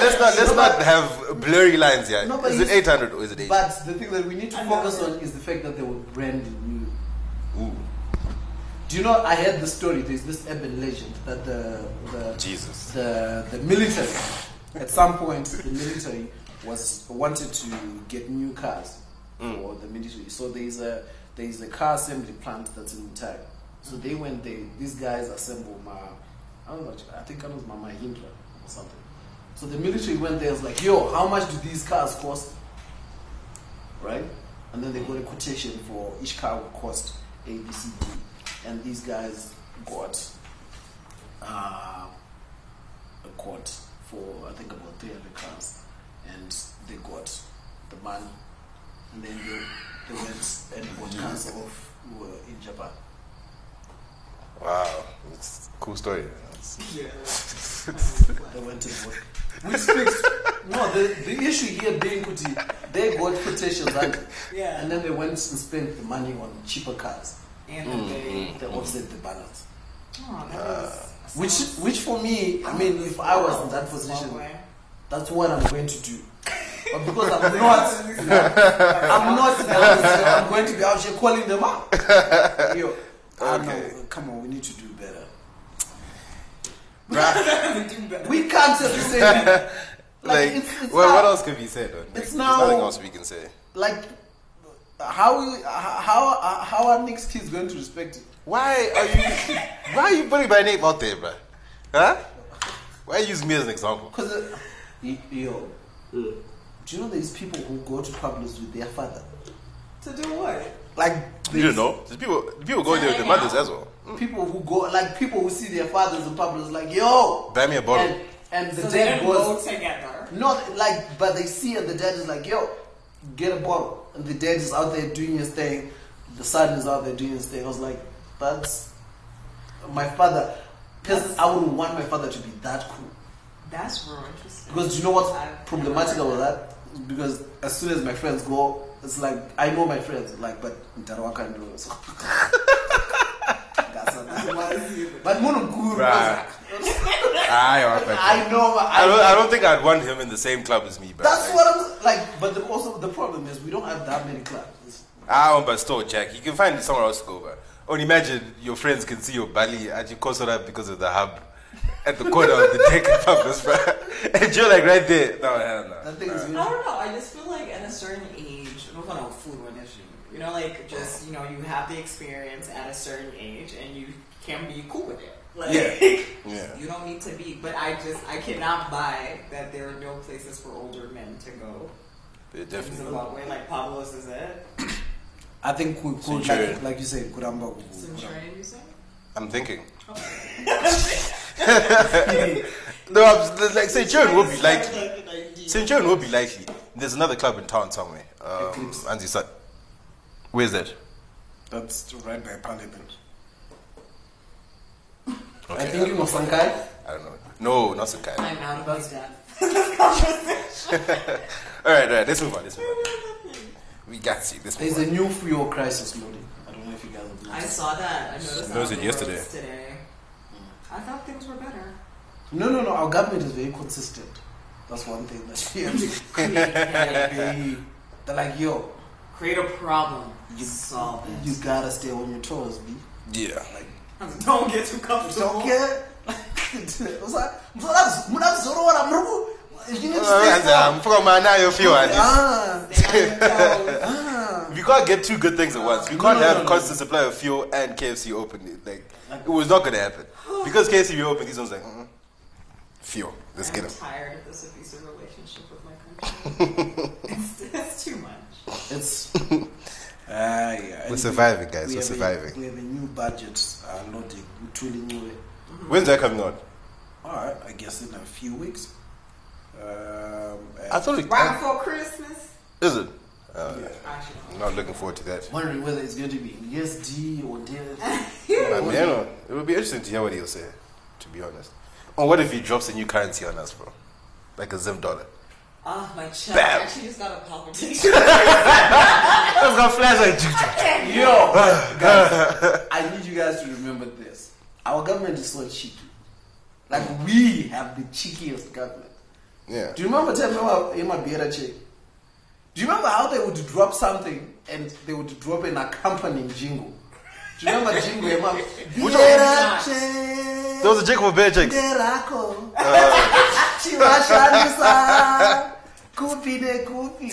C: Let's not, let's not have blurry lines here.
B: No, but
C: Is it
B: you-
C: 800 or is it 8?
B: But the thing that we need to
E: I know.
B: focus on is the fact that they were brand new.
C: Ooh,
B: Do you know? I heard the story. There's this urban legend that the the
C: Jesus.
B: the, the military at some point the military was wanted to get new cars for the military so there's a there's a car assembly plant that's in Mutare so they went there these guys assemble my I don't know what- I think I was my Mahindra or something so the military went there and was like yo how much do these cars cost right and then they got a quotation for each car would cost A B C D and these guys got uh, a court for I think about 300 cars, and they got the money, and then they, they went and bought cars off who were in Japan.
C: Wow. It's a cool story. It's-
B: They went and bought. Which speaks no the, the issue here being Kuti, they got quotations and
E: Yeah.
B: and then they went and spent the money on cheaper cars.
E: And then they.
C: Mm-hmm.
B: They offset the balance.
E: Oh, that
C: Uh,
E: was.
B: Which which for me, I mean, if I was in that position, that's what I'm going to do. But because I'm not. I'm not I'm going to be out here calling them out. Yo, I
C: Okay.
B: know. Come on, we need to do better.
C: Bruh,
B: We can't say the same.
C: like,
B: Like, it's- it's
C: well,
B: not-
C: what else could be said? Like,
B: it's
C: there's
B: now-
C: nothing else we can say.
B: Like, how how how are next kids going to respect it?
C: Why are you why are you putting my name out there, bruh? Huh? Why use me as an example?
B: Because, uh, yo, do you know there's people who go to Pablo's with their father?
A: To do what?
B: Like,
C: You don't know. There's people people go there with their mothers as well.
B: people who go, like, people who see their fathers in Pablo's, like, yo!
C: Buy me a bottle.
B: [laughs] And, and the
A: So they
B: dad
A: don't
B: goes,
A: go together.
B: Not like, but they see and the dad is like, yo, get a bottle. And the dad is out there doing his thing. The son is out there doing his thing. I was like, that's my father. Because I wouldn't want my father to be that cool.
A: That's real interesting.
B: Because do you know what's
A: I've-
B: problematic about that? Because as soon as my friends go, it's like, I know my friends, like, but Ntarawa can't do
C: [laughs]
B: it. So. That's another one. but Munukuru,
C: Right. I, I,
B: I know.
C: I, don't, I don't think I'd want him in the same club as me, but
B: That's what I'm like. But the, also the problem is we don't have that many clubs.
C: Ah, I want but still, Jack. You can find somewhere else to go over. Only imagine your friends can see your belly at your Kosora because of the hub at the corner of the deck in Pablo's, bro. And you're like right there. No, hell no.
B: That thing is
A: I
B: really,
A: don't know. I just feel like at a certain age, I'm gonna food one issue.
E: You know, like just you know, you have the experience at a certain age, and you can be cool with it. Like,
C: Yeah. Yeah.
E: [laughs] You don't need to be, but I just I cannot buy that there are no places for older men to go
C: Yeah,
E: in
C: definitely.
E: Zimbabwe. Like Pablo's is it?
B: I think we could, like,
C: Centurion.
B: like you said, Kuramba.
E: Centurion, you say?
C: I'm thinking. no, I'm, like St. John would be likely. St. John would be likely. There's another club in town somewhere. Um,
B: Eclipse.
C: Anzi Sa- Where's that?
B: That's right by Parliament.
C: Okay, uh,
B: I think you know Sankai.
C: I don't know. No, not Sakai.
E: I'm out of my depth.
C: All right, all right. Let's move on. Let's move on. We got you. Let's move
B: There's
C: on.
B: a new fuel crisis loading. I don't know if you guys have
E: I
B: noticed.
E: saw that. I noticed
C: Noticed
E: on
C: it
E: the
C: yesterday.
E: roads Today, I thought things were
C: [laughs]
E: better.
B: No, no, no. Our government is very consistent. That's one thing that we
C: [laughs]
B: have to
E: Create, headache.
B: they, They're like, yo,
E: create a problem,
B: You-
E: solve
B: you
E: it.
B: gotta stay on your toes, B.
C: Yeah.
E: Don't get too comfortable.
B: Don't [laughs] care. mnakuzorora muriku you need to stay
C: Anzi,
B: calm.
C: I'm from Anaya Fiwa, at least.
B: Ah,
E: Stay on your
C: [laughs]
E: toes.
C: We can't get two good things at once. We
B: No,
C: can't
B: no,
C: have
B: no, no.
C: constant supply of fuel and KFC open. Like it was not gonna happen because KFC we open. These ones like mm fuel. Let's get
E: I'm
C: them.
E: tired of this abusive relationship with my country. it's, it's too much.
B: [laughs] It's. Ah, yeah.
C: We're surviving, guys.
B: We
C: We're
B: have a-
C: surviving.
B: we have a new budget uh, loading. We're tooling away.
C: When's that coming out?
B: All right, I guess in a few weeks. Um,
C: I
B: I'm
C: thought it
E: Right before Christmas.
C: is it. Uh,
E: Actually,
C: I'm not looking forward to that.
B: wondering whether it's going to be in USD or [laughs] DSD.
C: I mean, I don't know. uh, it would be interesting to hear what he'll say. To be honest, or what if he drops a new currency on us, bro? Like a Zim dollar.
E: ah, my chest.
C: Bam.
E: Actually, just got a palpitation.
C: That's gonna flash like.
B: Yo, guys,
C: [laughs]
B: I need you guys to remember this. Our government is so cheeky. Like we have the cheekiest government.
C: Yeah.
B: Do you remember time Emma, Emma Biera check? Do you remember how they would drop something and they would drop an accompanying jingle? Do you remember jingle Emma?
C: Which
B: Biera check.
C: Those are Jacob Bear chicks. Uh.
B: nderako [laughs] chivashandisa kupi nekupi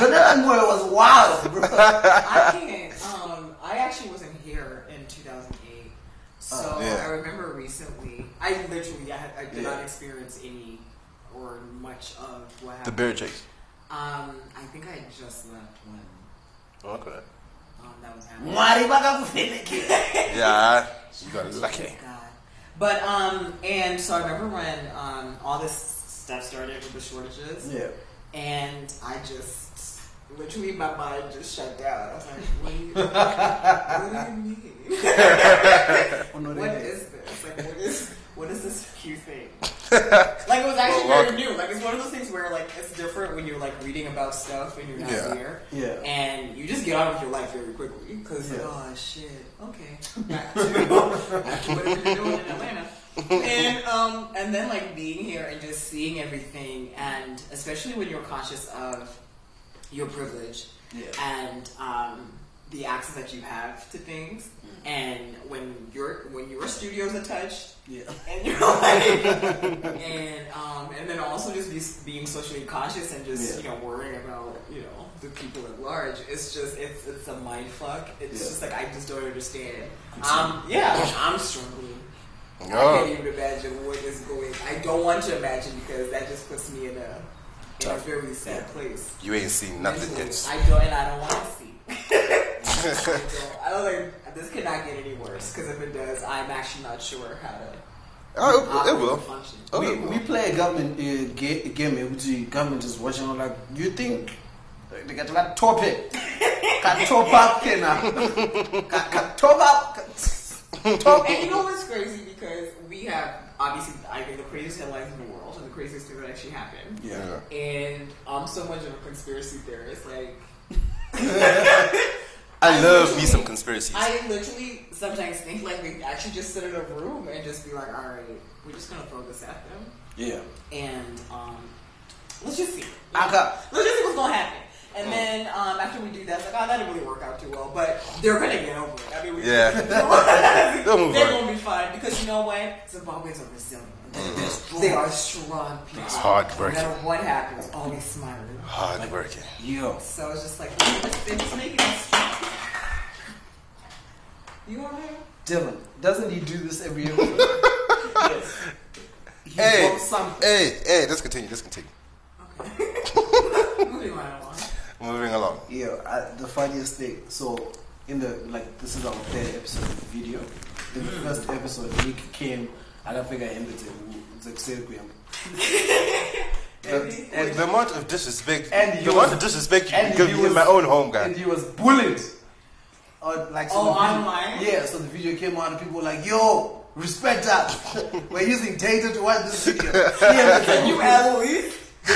B: jonathan moyo was wild bro
E: I can't. Um, I actually wasn't here in 2008, so
C: yeah.
E: I remember recently. I literally, I, had, I did
B: Yeah.
E: not experience any or much of what
C: The
E: happened.
C: Bear chicks.
E: um, I think I had just left when
C: Okay.
E: um, that was happening.
B: mwari vakakuvhenekera
C: Yeah. You got lucky.
E: God. But um, and so I remember when um, all this stuff started with the shortages,
B: yeah
E: and I just literally my mind just shut down. I was like, what do you, what do you mean? what is this? Like, what is what is this Q [laughs] thing? like, it was actually
C: Well,
E: very new. Like, it's one of those things where like it's different when you're like reading about stuff and you're not
C: Yeah.
E: here,
B: Yeah.
E: and you just get on with your life very quickly because
B: Yeah.
E: oh shit, okay, [laughs] back to back to whatever you're doing in Atlanta. and um and then like being here and just seeing everything and especially when you're conscious of your privilege
B: Yeah.
E: and um, the access that you have to things. And when your when your studios are touched,
B: Yeah.
E: and you're like, and um, and then also just be, being socially conscious and just
B: Yeah.
E: you know worrying about you know the people at large. It's just it's it's a mind fuck. It's
B: Yeah.
E: just like I just don't understand. Um, yeah, I'm struggling.
C: Oh.
E: I can't even imagine what is going. I don't want to imagine because that just puts me in a in a very sad place.
C: You ain't seen nothing yet.
E: I don't, and I don't want to see. [laughs] I don't. I don't think this cannot get any worse because if it does, I'm actually not sure how to.
C: Oh, it,
E: operate
C: it will.
E: and Function.
C: Oh,
B: we,
C: it will.
B: we play a government uh, ga- game eh, which the government is watching I'm like you think they got that top
C: [laughs]
B: it can top up can can top up can top
E: And you know what's crazy? Because we have obviously, I think the craziest headlines in the world and the craziest things that actually happen.
C: Yeah.
E: And I'm so much of a conspiracy theorist. Like
C: I love me some conspiracies.
E: I literally sometimes think like we actually just sit in a room and just be like, all right, we're just gonna throw this at them,
B: yeah
E: and um, let's just see.
B: Aka,
E: Let's just see what's gonna happen.
C: Oh.
E: And then um, after we do that, it's like, oh, that didn't really work out too well, but they're gonna get over it. I mean, we,
C: Yeah. They'll move
E: they're
C: on.
E: gonna be fine because you know what? Zimbabweans are resilient. They're strong. They are strong people.
C: It's heartbreaking.
E: No matter what happens, always smiling.
C: Hard working.
B: yo
E: So it's just like, it's, it's making us strong. You all right?
B: Dylan doesn't he do this every
C: [laughs]
B: year he
C: Hey,
B: wants something
C: hey, hey, let's continue, let's continue.
E: Moving right along.
C: Moving along.
B: Yeah, I, the funniest thing. So in the like, this is our third episode of the video. In
C: Mm.
B: the first episode, Nick came. I don't think I ended it. It's like said
C: [laughs]
B: we
C: The, the amount of disrespect,
B: And
C: the
B: you-
C: amount of disrespect you
B: and
C: give
B: you
C: me
B: was-
C: in my own home, guy.
B: and he was bullied. Or like so
E: Oh,
B: the video-
E: online?
B: Yeah, so the video came out and people were like, "Yo, respect us. [laughs] We're using data to watch this video." yeah,
E: You Ellie?
B: [laughs]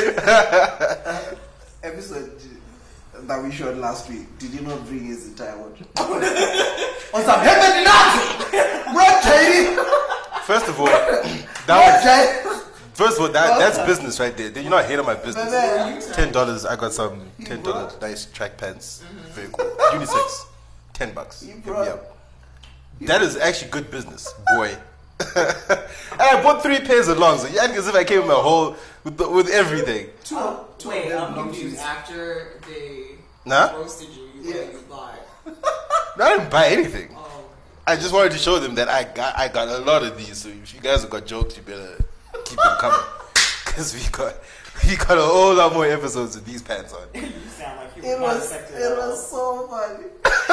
B: episode that we shot last week, did he not bring his entire wardrobe? [laughs] On some heaven nuts! We're trading!
C: First of all, [clears throat]
B: We're
C: that was,
B: trading!
C: first of all, that, that's business right there. You're not hating my business.
B: Man,
C: Ten dollars. I got some
B: You
C: ten dollar
B: brought-
C: nice track pants. Very cool.
B: [laughs]
C: Unisex. Ten bucks.
B: You
C: Hit me
B: brought-
C: up. That is actually good business, boy. [laughs] and I bought three pairs of longs. Yeah, as if I came with my whole with, the, with everything.
B: Two of- two of
E: Wait,
B: them
E: I'm
B: belong to
E: confused.
B: you.
E: After they
C: Nah.
E: roasted you, you
B: Yeah.
E: yeah. you lied.
C: I didn't buy anything.
E: Oh,
C: I just wanted to show them that I got I got a lot of these. So if you guys have got jokes, you better keep them coming. [laughs] Cause we got we got a whole lot more episodes with these pants on.
E: you sound like you
B: It
E: were not
B: was,
E: affected
B: it
E: at all.
B: was so funny. [laughs]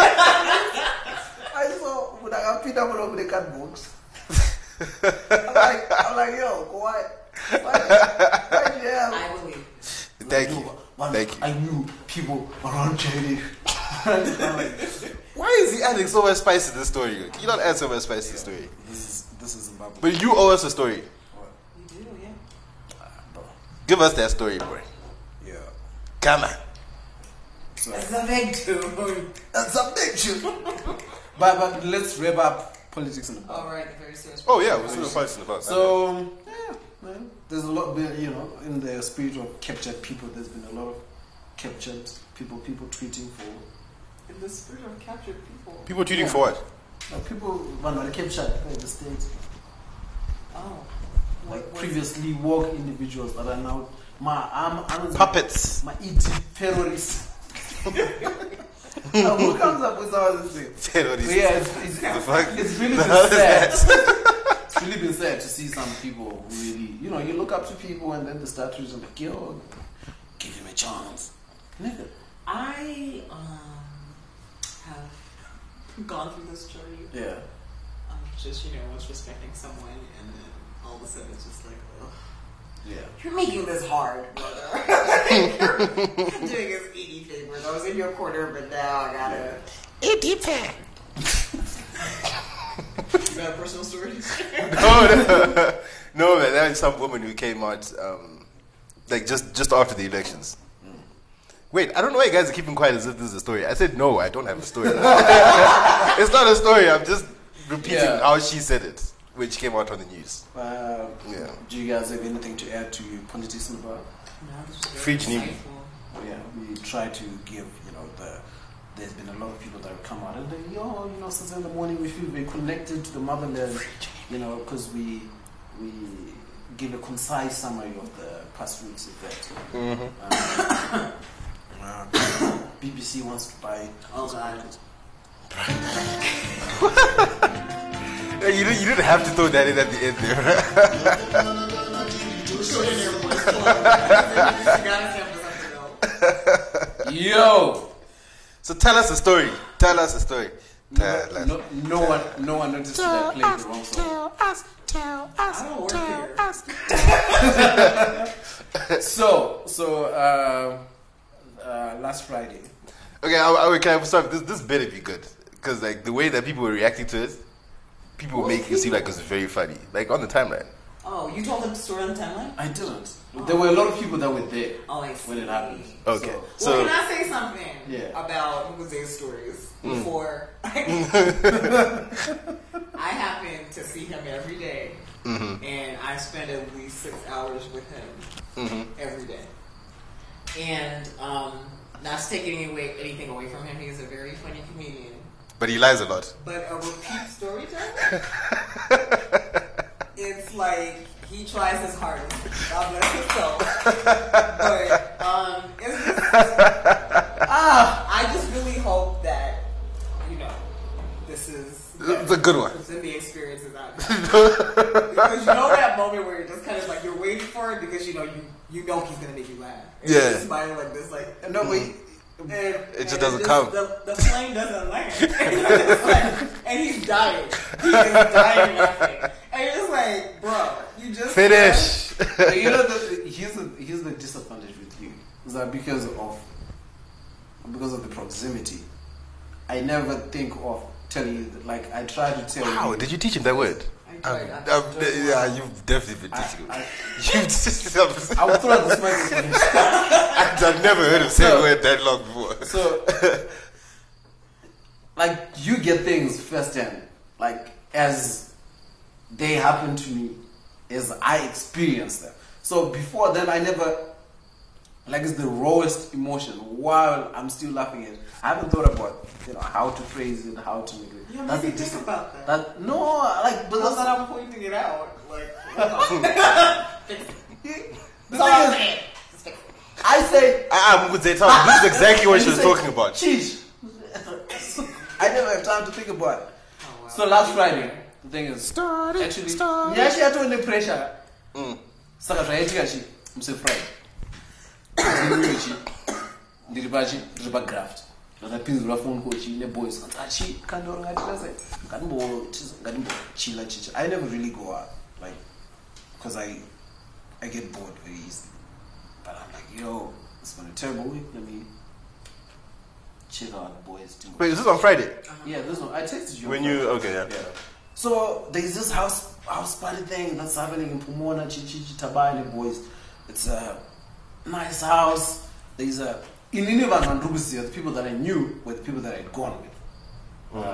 B: I saw when I got Peter Molo with the cat books. I'm like, I'm like, yo, why? Why, why do you have
E: I believe.
C: Thank you,
B: Man,
C: thank you.
B: I knew people around Jenny.
C: Why is he adding so much spice to this story? Can you not add so much spice to the story?
B: this is this is Zimbabwe.
C: But you owe us a story.
E: You do, yeah.
C: Give us that story, boy.
B: Yeah.
C: Come on.
E: That's a big dude.
B: That's a big shit. but but let's wrap up politics in the past.
E: All right, the very serious.
C: Oh yeah, we're still fighting about
B: So yeah, man, there's a lot been you know in the spirit of captured people. There's been a lot of captured people, people tweeting for
E: In the spirit of captured people.
C: people tweeting for [laughs] what?
B: like people when they captured uh, the state,
E: Oh.
B: like
E: What, what,
B: previously woke individuals that are now my I'm, I'm
C: Puppets.
B: my ET
C: [laughs]
B: terrorists. Now, who comes up with all this thing? So
C: Terrorists.
B: yeah, it's, it's,
C: The fuck?
B: it's
C: [laughs]
B: really
C: The
B: been
C: hell is
B: sad. it's really been sad to see some people who really, you know, you look up to people and then they start treating them like, yo, give him a chance. Nigga.
E: I um, have gone through this journey
B: Yeah.
E: of Um, just, you know, once respecting someone and then all of a sudden it's just like, ugh.
B: Yeah.
E: You're making this hard, brother. You're doing E us any favors. I was in your corner, but now I gotta. Eat [laughs] You got a personal story?
B: [laughs]
C: no, no. no, man. That was some woman who came out um, like just just after the elections. Wait, I don't know why you guys are keeping quiet as if this is a story. I said no, I don't have a [laughs] story. it's not a story. I'm just repeating
B: Yeah.
C: how she said it when she came out on the news.
B: Uh,
C: Yeah.
B: Do you guys have anything to add to politics in Zimbabwe?
C: Free Geneva.
B: Yeah. We try to give, you know, the. There's been a lot of people that have come out and they, yo, you know, since in the morning we feel very connected to the motherland, you know, because we we give a concise summary of the past week's event. Mm-hmm. Um, uh, BBC wants to buy.
E: Oh, God.
C: You, didn't- you didn't have to throw that in at the end there.
B: Yo.
C: So tell us a story. Tell us a story.
B: No,
C: Tell us.
B: no, no one, no one noticed that I played the wrong song.
F: Tell us, tell us,
E: I don't work
F: tell
E: here.
F: us.
B: So, so uh, uh, last Friday.
C: Okay, I, I, okay, I'm sorry. This, this better be good. Because like the way that people were reacting to it, people were making it seem like it was very funny. Like on the timeline.
E: Oh, you told the story on the timeline?
B: I didn't. There were a lot of people that were there
E: Oh, I see.
B: when it happened.
C: Okay.
E: Well,
C: So,
E: can I say something
B: Yeah.
E: about Jose's stories before? I happen to see him every day, and I spend at least six hours with him every day. And um, not to take any away, anything away from him, he is a very funny comedian,
C: but he lies a lot.
E: but a repeat
C: [laughs]
E: storyteller. it's like he tries his hardest. God bless his
C: [laughs]
E: soul. But um, it's just ah, I just really hope that, you know, this is
C: It's a good one.
E: it's in the
C: [laughs]
E: experiences out there. because you know that moment where you're just kind of like you're waiting for it because you know you you know he's gonna make you laugh. And
C: Yeah.
E: you're just smiling like this, like
B: No, wait.
E: and, it
C: just doesn't come.
E: The, the flame doesn't land. [laughs] And, you're just like, and he's dying. He is dying laughing. And you're just like, bro, you just
C: Finish.
B: But you know, the, here's the here's the disadvantage with you is that because of because of the proximity, I never think of telling you. That, like I try to tell
C: Wow,
B: you.
C: did you teach him that word?
E: I
C: Um,
E: tried, I
C: um,
E: tried.
C: yeah, you've definitely been teaching him.
B: I,
C: [laughs] You've just-
B: I will throw out this
C: [laughs]
B: microphone.
C: I've never heard him say a
B: So-
C: word that long before.
B: So, like, you get things firsthand, like as they happen to me, as I experience them. So before then, I never, like, it's the rawest emotion. While I'm still laughing at, it. I haven't thought about you know how to phrase it, how to make it.
E: You
B: That's
E: have to
B: the
E: think
B: dis-
E: about that.
B: That no, like, but
E: That's
B: that's
E: what
B: not.
E: I'm pointing it out. Like, [laughs] hold on.
B: The thing is, I say
C: Ah, Mugudze, tell me, this is exactly what
B: [laughs]
C: she was talking about.
B: Cheese. I never have time to think about it. So last Friday, the thing is,
F: Start it,
B: actually,
F: start it.
B: nyashi yatove nepressure
C: Mm.
B: saka zvaitika chi muse friday ndiriwe chi ndiri pachi ndiri pagraft ndakapinzura phone call chi neboys kati achi kandaura ngatirasa ngatimbochila chichi i never really go out like because i i get bored very easily but i'm like yo it's been a terrible week let me chill out boys Timbo-
C: Wait, is this on Friday?
B: yeah this one i texted you on
C: When
B: Friday.
C: you, okay, yeah.
B: So there's this house house party thing that's happening in Pomona, Chichichi Tabani boys. It's a nice house. There's a in Inivan and Rubusi the people that I knew were the people that I'd gone with. Um,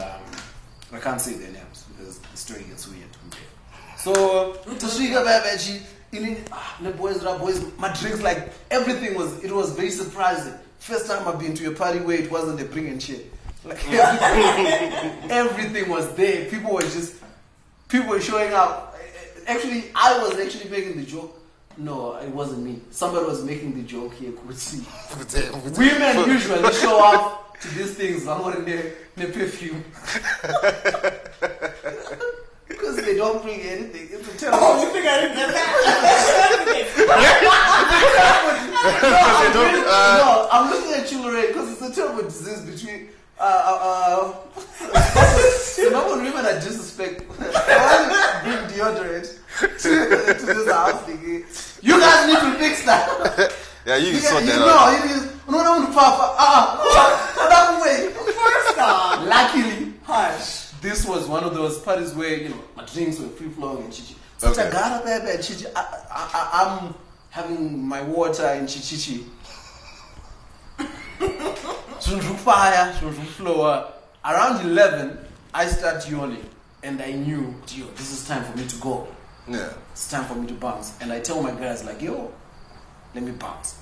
B: I can't say their names because the story gets weird. So Tashika Babaji in ah, the boys the boys my drinks like everything was it was very surprising. First time I've been to a party where it wasn't a bring and shit. Like [laughs] everything was there. People were just people were showing up. Actually, I was actually making the joke. No, it wasn't me. Somebody was making the joke here. Could see women usually show up to these things. I'm wearing their, their perfume [laughs] because they don't bring anything. It's a terrible.
E: Oh, you think I didn't get that? [laughs]
B: no, I'm
C: don't-
B: really-
C: uh,
B: no, I'm looking at you, Lorraine, because it's a terrible disease between. Uh, uh, uh, [laughs] the number of women are [laughs] disrespectful. I want to bring deodorant to, to this house thinking, you guys need to fix that. [laughs]
C: Yeah, you,
B: You,
C: sort
B: guys- you
C: that out.
B: know, you guys- no, no, no, papa. Ah, uh, that way.
E: First off,
B: Luckily,
E: hush.
B: this was one of those parties where you know my drinks were free flowing and chichi. So
C: Okay.
B: Tagara baby and chichi, I, I, I, I'm having my water and chichichi. Shunju fire, shunju flower. Around eleven, I start yawning, and I knew, yo, this is time for me to go.
C: Yeah.
B: It's time for me to bounce, and I tell my guys like, yo, let me bounce.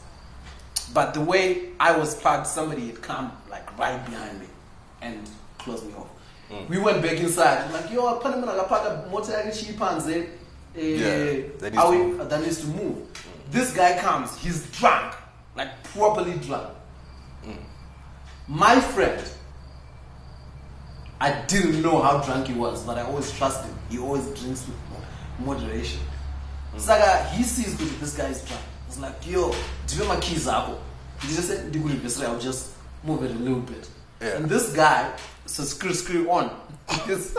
B: But the way I was parked, somebody had come like right behind me and closed me off.
C: Hmm.
B: We went back inside. I'm like, yo, apana mina kapaka moto yake chii panze. Eh,
C: Yeah, that needs
B: are
C: to
B: we-
C: move. Hmm.
B: that needs to move. This guy comes. He's drunk, like
C: Hmm.
B: properly drunk. My friend I didn't know how drunk he was, but I always trust him. He always drinks with mo- moderation. Saka, he sees that this guy is drunk. He's like, yo, do you have my keys up? He just said, "Ndiku livisira," I'll just move it a little bit.
C: Yeah.
B: And this guy, so screw, screw on. [laughs] This-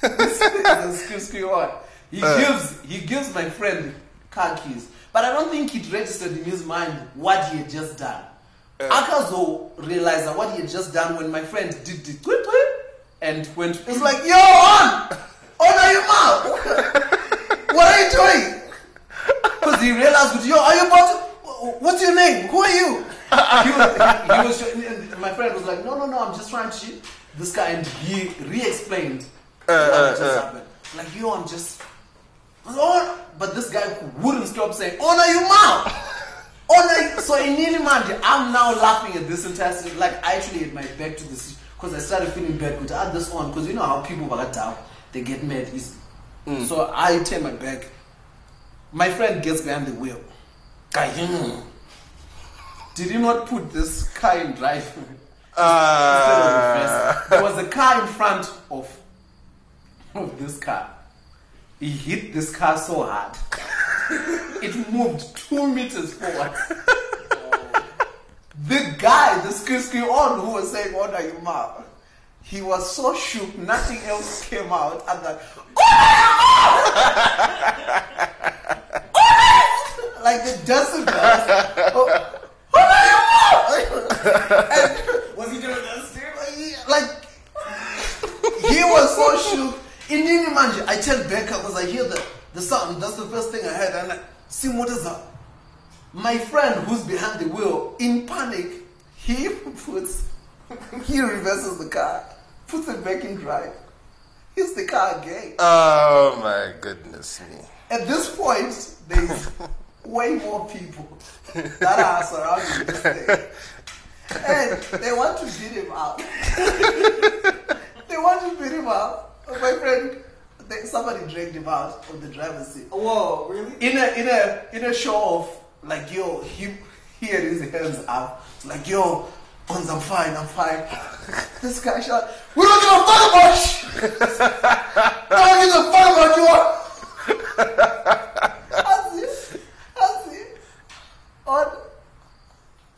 B: this is a screw, screw on. He
C: Uh.
B: gives, he gives my friend car keys. But I don't think he'd registered in his mind what he had just done. Akazo realized that what he had just done when my friend did the tweet tweet and went, it's like, yo, on! On are you mouth? What are you doing? Because he realized, with, yo, are you about to, wh- what's your name? Who are you? He was, he, he was, and my friend was like, no, no, no, I'm just trying to shoot this guy. And he re explained what had
C: uh,
B: just
C: uh.
B: happened. Like, yo, I'm just, Oh, but this guy wouldn't stop saying, Honor you mouth! Honor you. Oh, So in Nilimandi, I'm now laughing at this entire situation. Like, I actually had my back to this because I started feeling bad. Could add this on because you know how people are down, they get mad easily. So I turn my back. My friend gets behind the wheel. Guy, you know, did you not put this car in drive? [laughs]
C: Uh,
B: there was a car in front of, of this car. He hit this car so hard. it moved two meters forward. the guy, the skisky on who was saying, What are you mad? He was so shook, nothing else came out. And like, [laughs] like the decibels. Oh,
E: Was he doing this too?
B: like he was so shook. In any manje, I turned back because I hear the, the sound. That's the first thing I heard. And I see what is up. My friend who's behind the wheel, in panic, he [laughs] puts he reverses the car, puts it back in drive, hits the car again.
C: oh my goodness me.
B: At this point, there's way more people that are surrounding this thing. And they want to beat him up. [laughs] they want to beat him up. My friend, they, somebody dragged him out of the driver's seat.
A: Whoa, really?
B: In a, in a, in a show of, like, yo, he, he had his hands up. It's like, yo, Ons, I'm fine, I'm fine. [laughs] this guy shot, we don't give a fuck about you! [laughs] no one gives a fuck about you! [laughs] That's it. That's it. On.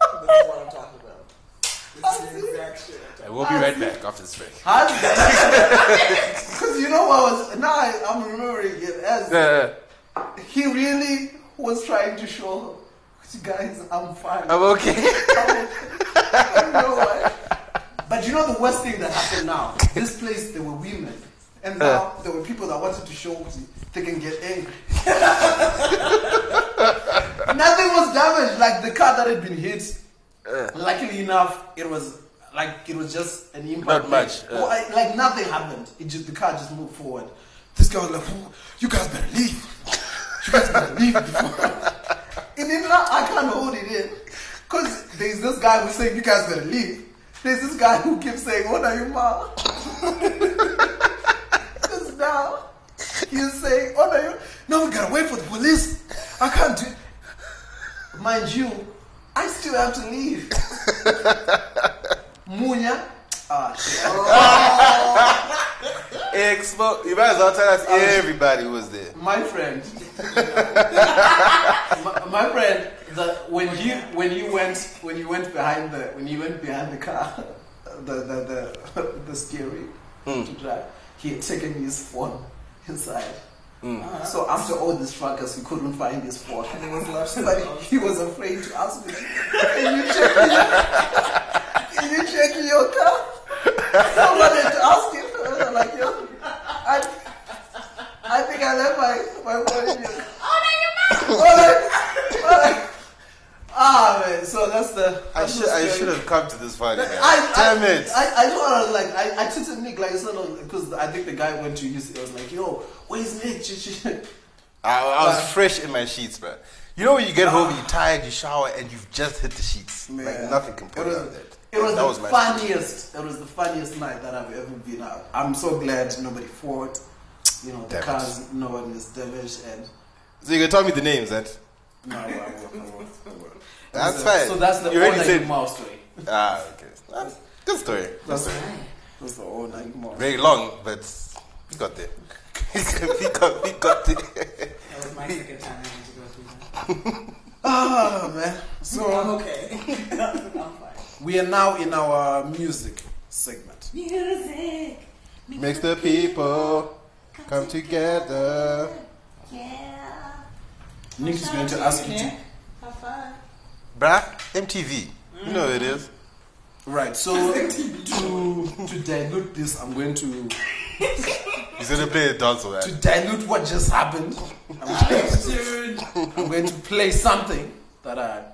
E: That's what I'm talking about. This
B: That's
E: is the
B: it.
E: exact shit I'm talking
C: We'll be right back after this break.
B: Because [laughs] you know what was now I, I'm remembering it as
C: Uh,
B: he really was trying to show her, guys I'm fine.
C: I'm okay. [laughs]
B: I don't know why. [laughs] But you know the worst thing that happened now? This place, there were women. And now there were people that wanted to show the- they can get angry. Nothing was damaged, like the car that had been hit. Luckily enough, it was like it was just an impact.
C: Not much, uh.
B: Oh, I- like nothing happened. It just the car just moved forward. This guy was like, "Who- "You guys better leave. You guys better leave before." [laughs] And then I, I can't hold it in. Because there's this guy who's saying, you guys better leave. There's this guy who keeps saying, what are you, ma? [laughs] Because now he's saying, what are you? No, we gotta wait for the police. I can't do Mind you, I still have to leave. Munya. Ah, shit.
C: Expo. You might as well tell us everybody who was there.
B: my friend my, my friend that when he when he went when he went behind the when he went behind the car [laughs] the the [laughs] the, the steering to drive he had taken his phone inside so after all these truckers he couldn't find his phone
E: It was left
B: but he was afraid to ask me can you check your, can you check your car someone had to ask him I was like yo I I think I left my my phone in your car. Oh, Ah man, so that's the.
C: I
B: that's the
C: should I
B: story.
C: should have come to this party. Man.
B: I, I,
C: Damn it.
B: I, I thought I was like, I, I tweeted Nick, like, it's not because I think the guy went to use it. I was like, yo, where's Nick? Ch- ch-
C: I, I was fresh in my sheets, bro. You know when you get home, you're tired, you shower, and you've just hit the sheets. Like
B: Man.
C: nothing compared
B: It
C: to
B: was,
C: that.
B: it was
C: that
B: the
C: was my
B: funniest. It was the funniest night that I've ever been out. I'm so glad nobody fought. You know, the
C: Damn it.
B: cars, no one is damaged, and
C: So you can tell me the names, and
B: no, I won't, I won't, I won't.
C: that's
B: So-
C: fine.
B: So that's the
C: you
B: only
C: already said.
B: mouse story.
C: Ah, okay. That's- Good story.
B: That's, was the old like more.
C: Very long, but we got there. [laughs] we got we got there.
A: That was my second time having to go through that.
B: Ah man. So
A: I'm
E: [laughs]
A: okay. I'm fine.
B: we are now in our music segment.
A: Music.
C: Makes the people come together.
A: Yeah.
B: Nick is going to ask you to
A: Have fun.
C: Bruh, MTV. You know what it is.
B: Right, so to to dilute this I'm going to
C: He's gonna play a dance with
B: to
C: that.
B: dilute what just happened. I'm going to, I'm going to play something that I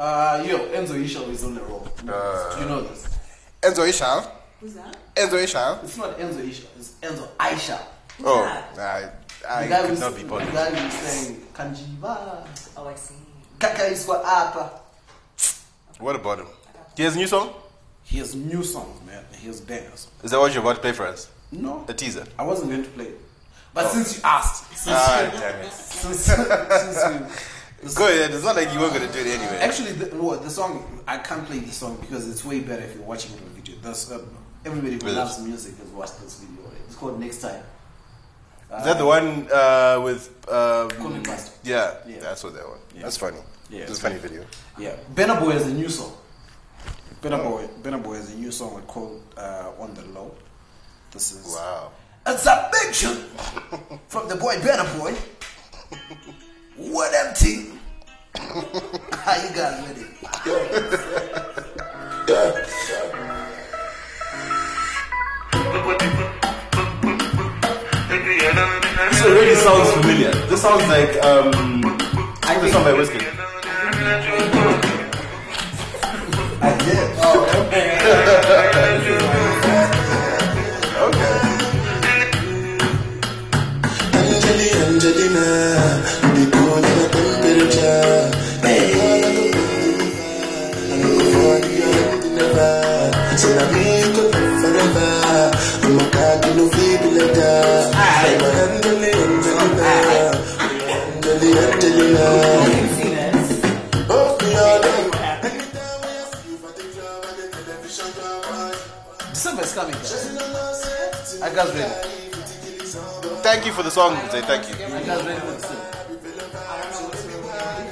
B: uh yo, Enzo Isho is on the roll. You know
C: Uh,
B: this. you know this.
C: Enzo Isham.
A: Who's that?
C: Enzo Isham.
B: It's not Enzo Isho, it's Enzo Aisha.
C: Oh,
A: that?
C: I,
B: The
C: I
B: guy
C: could
B: who's
C: not be
B: the
C: bothered.
B: guy who's saying Kanjiba
A: Oh, I see.
B: Kaka is what apa.
C: What about him? He has a new song?
B: He has new songs, man. He has bangers.
C: Is that what you're about to play for us?
B: No.
C: A teaser.
B: I wasn't going to play it. But since you asked, since,
C: Oh. Ah, damn it.
B: since,
C: [laughs]
B: since you,
C: Go ahead. It's not like you were gonna do it anyway.
B: Actually, the, well, the song I can't play the song because it's way better if you're watching it on video. That's uh, everybody who
C: Really?
B: loves music has watched this video. It's called Next Time.
C: Is that the one uh, with?
B: Copy
C: Um,
B: paste.
C: yeah,
B: Yeah.
C: that's what that one.
B: Yeah.
C: That's funny.
B: Yeah,
C: it's
B: it's
C: a funny video.
B: Yeah, Benna Boy has a new song. Oh. Benna Boy, Benna Boy has a new song called uh, "On the Low." This is
C: Wow.
B: It's a big shoot [laughs] from the boy Benna Boy. What empty? [laughs] How you guys with it?
C: This already sounds familiar. This sounds like um, I the song by Whiskey.
B: I did. Oh, December is coming. Guys. I got ready.
C: Thank you for the song. Say thank you.
B: I got ready for December.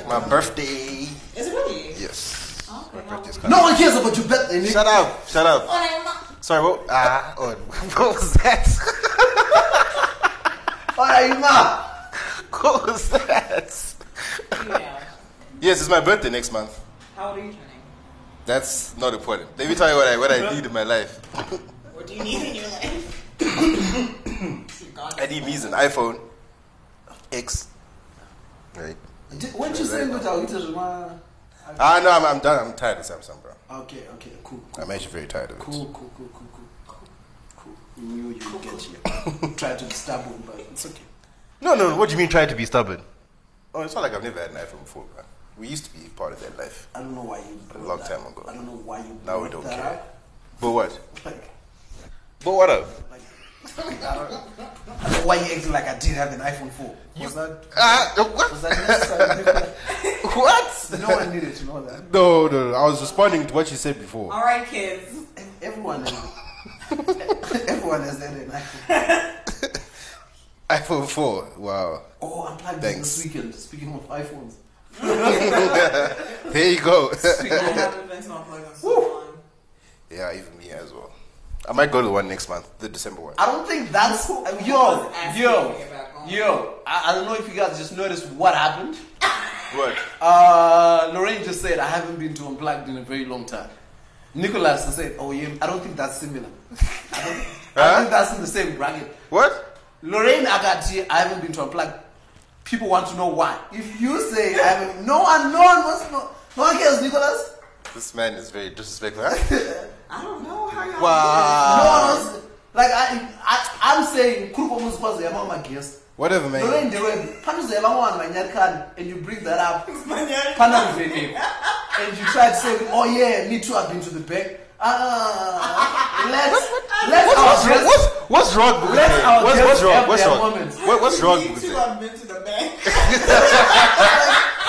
C: My birthday.
A: Is it really?
C: Yes. My birthday's coming.
B: No one cares about your birthday, Nick.
C: Shut up! Shut
E: Oh,
C: up! Sorry, what? Ah, oh, [laughs] what was that?
B: Hey, ma.
C: What was that?
A: Yeah.
C: Yes, it's my birthday next month.
A: How old are you turning?
C: That's not important. Let me tell you what I what I need in my life.
A: What do you need in your life?
C: I need me an iPhone X. Right.
B: Did- Weren't you saying that I'll get it, ma?
C: Ah no, I'm, I'm done. I'm tired of Samsung, bro.
B: Okay, okay, cool, cool,
C: I'm actually very tired of it.
B: cool, cool, cool, cool, cool. cool. You knew you would get here. Try to be stubborn, but it's okay.
C: No, no. What do you mean trying to be stubborn? Oh, it's not like I've never had an iPhone before, bro. We used to be part of that life.
B: I don't know why you. brought
C: long
B: that
C: time
B: up.
C: ago.
B: I don't know why you.
C: Now we
B: brought
C: don't
B: that
C: care.
B: up. [laughs]
C: But what?
B: Like,
C: But what up?
B: I don't know why you acting like I did have an iPhone 4. Was that
C: Ah, uh,
B: was
C: what? [laughs]
B: that necessary?
C: What?
B: no one needed to know that.
C: No, no, no. I was responding to what you said before.
A: All right, kids.
B: Everyone, has, [laughs] everyone has had an iPhone.
C: iPhone 4. Wow.
B: Oh, I'm plugged in
C: Thanks.
B: this weekend. Speaking of
C: [laughs]
B: iPhones,
C: There you go. [laughs]
E: [laughs]
A: I haven't been to Unplugged in so long.
C: yeah, even me as well. I might go to the one next month, the December one.
B: I don't think that's
A: Who- who
B: yo
A: was asking
B: yo
A: me about going?
B: yo. I, I don't know if you guys just noticed what happened.
C: What?
B: Uh, Lorraine just said I haven't been to unplugged in a very long time. Nicholas said, "Oh yeah, I don't think that's similar. I don't, I
C: Huh?
B: don't think that's in the same bracket."
C: What?
B: Lorraine Agati, I haven't been to unplugged. People want to know why. If you say I haven't, no one, no one wants to know. No one cares, Nicholas.
C: This man is very disrespectful. [laughs] huh?
A: I don't know how y'all.
B: No
C: wow.
B: one
A: Uh,
B: wants. Like I, I, I'm saying, kuri kwamuzi kwazi yamamaguest.
C: Whatever, man.
B: ndorenderwei panozoya vamwana manyarikani and you bring that up pana kuvhenekwa and you try to say oh yeah me too i've been to the bank Ah, let's let our dress
C: What's wrong? What's, what's wrong with
B: Let
C: it?
B: our
C: What's, what's
B: guests
C: wrong?
B: have
C: What's
B: their
C: wrong?
B: moments.
C: What, what's wrong with
A: You two
C: it? [laughs]
A: have been to the bank.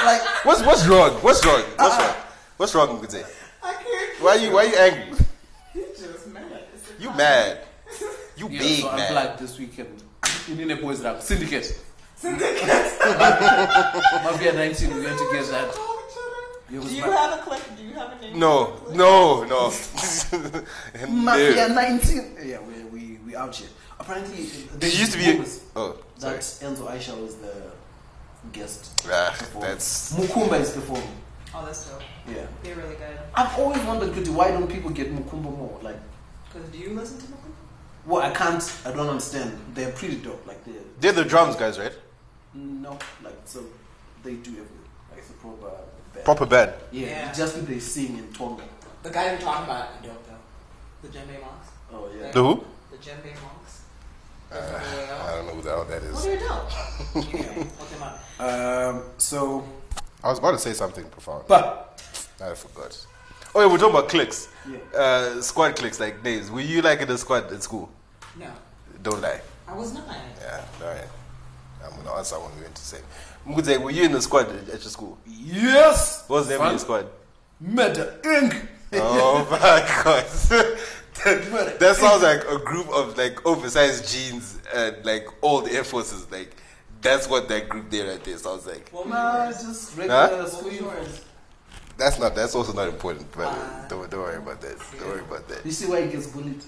B: like
C: What's what's wrong? What's wrong? What's wrong? What's wrong with it?
A: [laughs] I can't.
C: Why are you why are you angry?
A: He's just mad. It's a
C: You mad. You
B: Yeah,
C: big
B: so I'm
C: mad.
B: black this weekend. In in a boys' rap syndicate.
A: Syndicates.
B: Must be at 19. We're going to get that.
A: Call each
B: It
A: other.
B: was
A: Do you
B: my-
A: have a clique? Do you have a name?
C: No, no, no. [laughs] And
B: Mafia
C: there-
B: 19. Yeah, we we we out here. Apparently,
C: There used to be a,
B: Moments
C: oh,
B: that
C: sorry.
B: Enzo Aisha was the guest.
C: Ah,
B: performer.
C: that's
B: Mukumba is performing.
A: Oh, that's dope.
B: Yeah,
A: They're really good.
B: I've always wondered, Kuti, why don't people get Mukumba more? Like,
A: Cause do you listen to Mukumba?
B: well, I can't. I don't understand. They're pretty dope. Like they
C: they're the drums guys, right?
B: no, like so they do everything. Like it's a proper band.
C: Proper band.
B: Yeah,
E: Yeah.
B: it's just that they sing in Tonga.
E: The guy you're talking about, dope Uh, though. The djembe monks.
B: Oh yeah.
C: The who?
E: The djembe monks.
C: I don't know who the hell that
E: Well,
C: is.
E: they're [laughs] dope. Look them up.
B: Um. So,
C: I was about to say something profound.
B: but
C: I forgot. Oh yeah, we're talking about clicks.
B: Yeah.
C: Uh, squad clicks, like names. Were you like in the squad at school?
E: No,
C: Don't lie.
E: I was not.
C: Yeah, alright. I'm gonna ask someone we went to say. Mkudze, were you in the squad at your school?
B: yes,
C: What was the name of
B: Fun.
C: your squad?
B: Meta Inc.
C: [laughs] Oh my god. [laughs] that, that sounds like a group of like oversized jeans and like old Air Forces. Like that's what that group there right there sounds like.
E: What
B: Nah,
E: was yours?
B: just regular
E: What
B: school
E: was
B: uniform.
E: yours?
C: That's not that's also not important, but
E: Uh,
C: don't, don't worry about that. Don't worry about that.
B: You see why he gets bullied?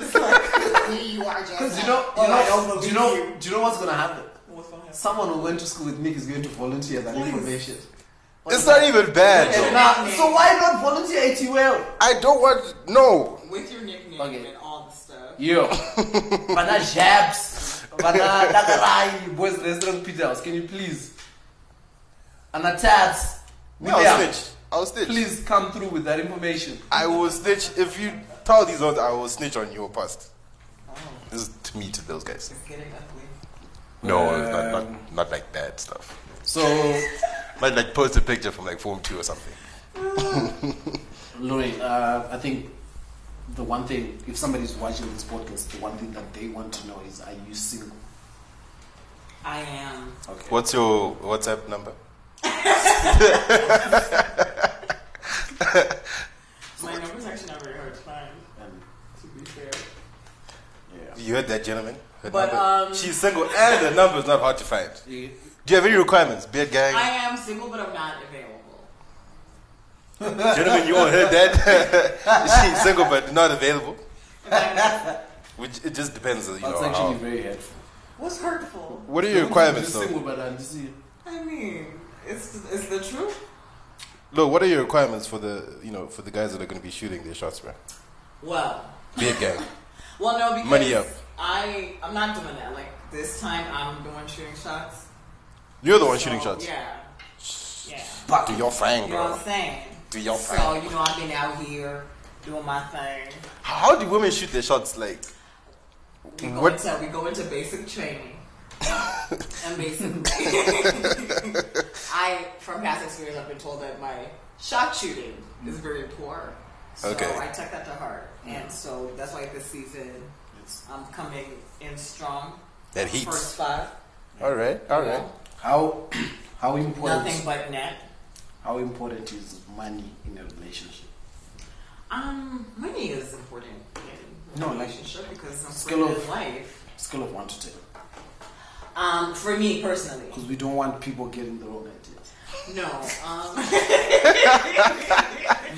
E: See, you are just.
B: Because you know, you
E: Oh, I
B: know,
E: don't
B: do you
E: believe
B: know, do you know what's gonna happen?
A: What's gonna happen?
B: Someone who went to school with Nick is going to volunteer that information.
C: It's not even bad
B: Yeah,
C: though.
B: nah, so why not volunteer at UL?
C: I don't want no.
E: With your nickname
B: Okay.
E: and all the stuff.
B: Yo. Bana Jabs. Bana Dakarai. Boys Restaurant Peter House. Can you please? Anna Tats.
C: Yeah, I'll
B: William,
C: snitch. I'll snitch.
B: Please come through with that information.
C: I will snitch if you tell these ones I will snitch on your past.
E: Oh,
C: This is to me to those guys.
E: it's getting ugly.
C: No,
E: Um,
C: not, not not like bad stuff.
B: So,
C: Like like post a picture from like form two or something.
B: Lorraine, uh, I think the one thing, if somebody's watching this podcast, the one thing that they want to know is are you single?
E: I am.
B: Okay.
C: What's your WhatsApp number?
A: My number's actually not very hard to find.
B: Um,
A: To be fair.
B: yeah.
C: You heard that, gentleman. Her
E: But,
C: number-
E: um,
C: she's single, and the number is not hard to find.
B: Yeah.
C: Do you have any requirements, beard
E: I
C: gang?
E: am single, but I'm not available.
C: gentlemen, you all heard [laughs] that. she's single but not available.
E: In fact,
C: Which it just depends, you
B: That's
C: know.
B: actually
C: How.
B: very helpful.
A: What's hurtful?
C: What are your requirements,
B: You're
C: though?
B: single, but uh, I'm just here.
A: I mean, it's it's the truth.
C: Look, what are your requirements for the, you know, for the guys that are going to be shooting their shots, bro?
E: well,
C: Beard gang.
E: well, no, because
C: Money up.
E: I I'm not doing that. Like this time, I'm doing shooting shots.
C: You're the one
E: So,
C: shooting shots.
E: Yeah. Yeah.
C: Do your thing,
E: You know what
C: bro.
E: I'm saying?
C: Do your
E: So
C: thing.
E: you know I've been out here doing my thing.
C: How do women shoot their shots? Like,
E: We go
C: What-
E: into we go into basic
C: [laughs]
E: training. and basically I from past experience I've been told that my shot shooting is very poor. So
C: Okay.
E: I took that to heart. And so that's why this season I'm coming in strong.
C: That heat.
E: First five.
C: all right, all
E: [laughs]
C: right.
B: How [clears throat] how important
E: Nothing but net.
B: how important is money in a relationship?
E: Um, money is important in a
B: No, like,
E: relationship because I'm
B: skill
E: free
B: of-
E: in life.
B: Scale of one to ten,
E: Um, for me personally,
B: because we don't want people getting the wrong ideas.
E: no.
B: [laughs]
E: Um,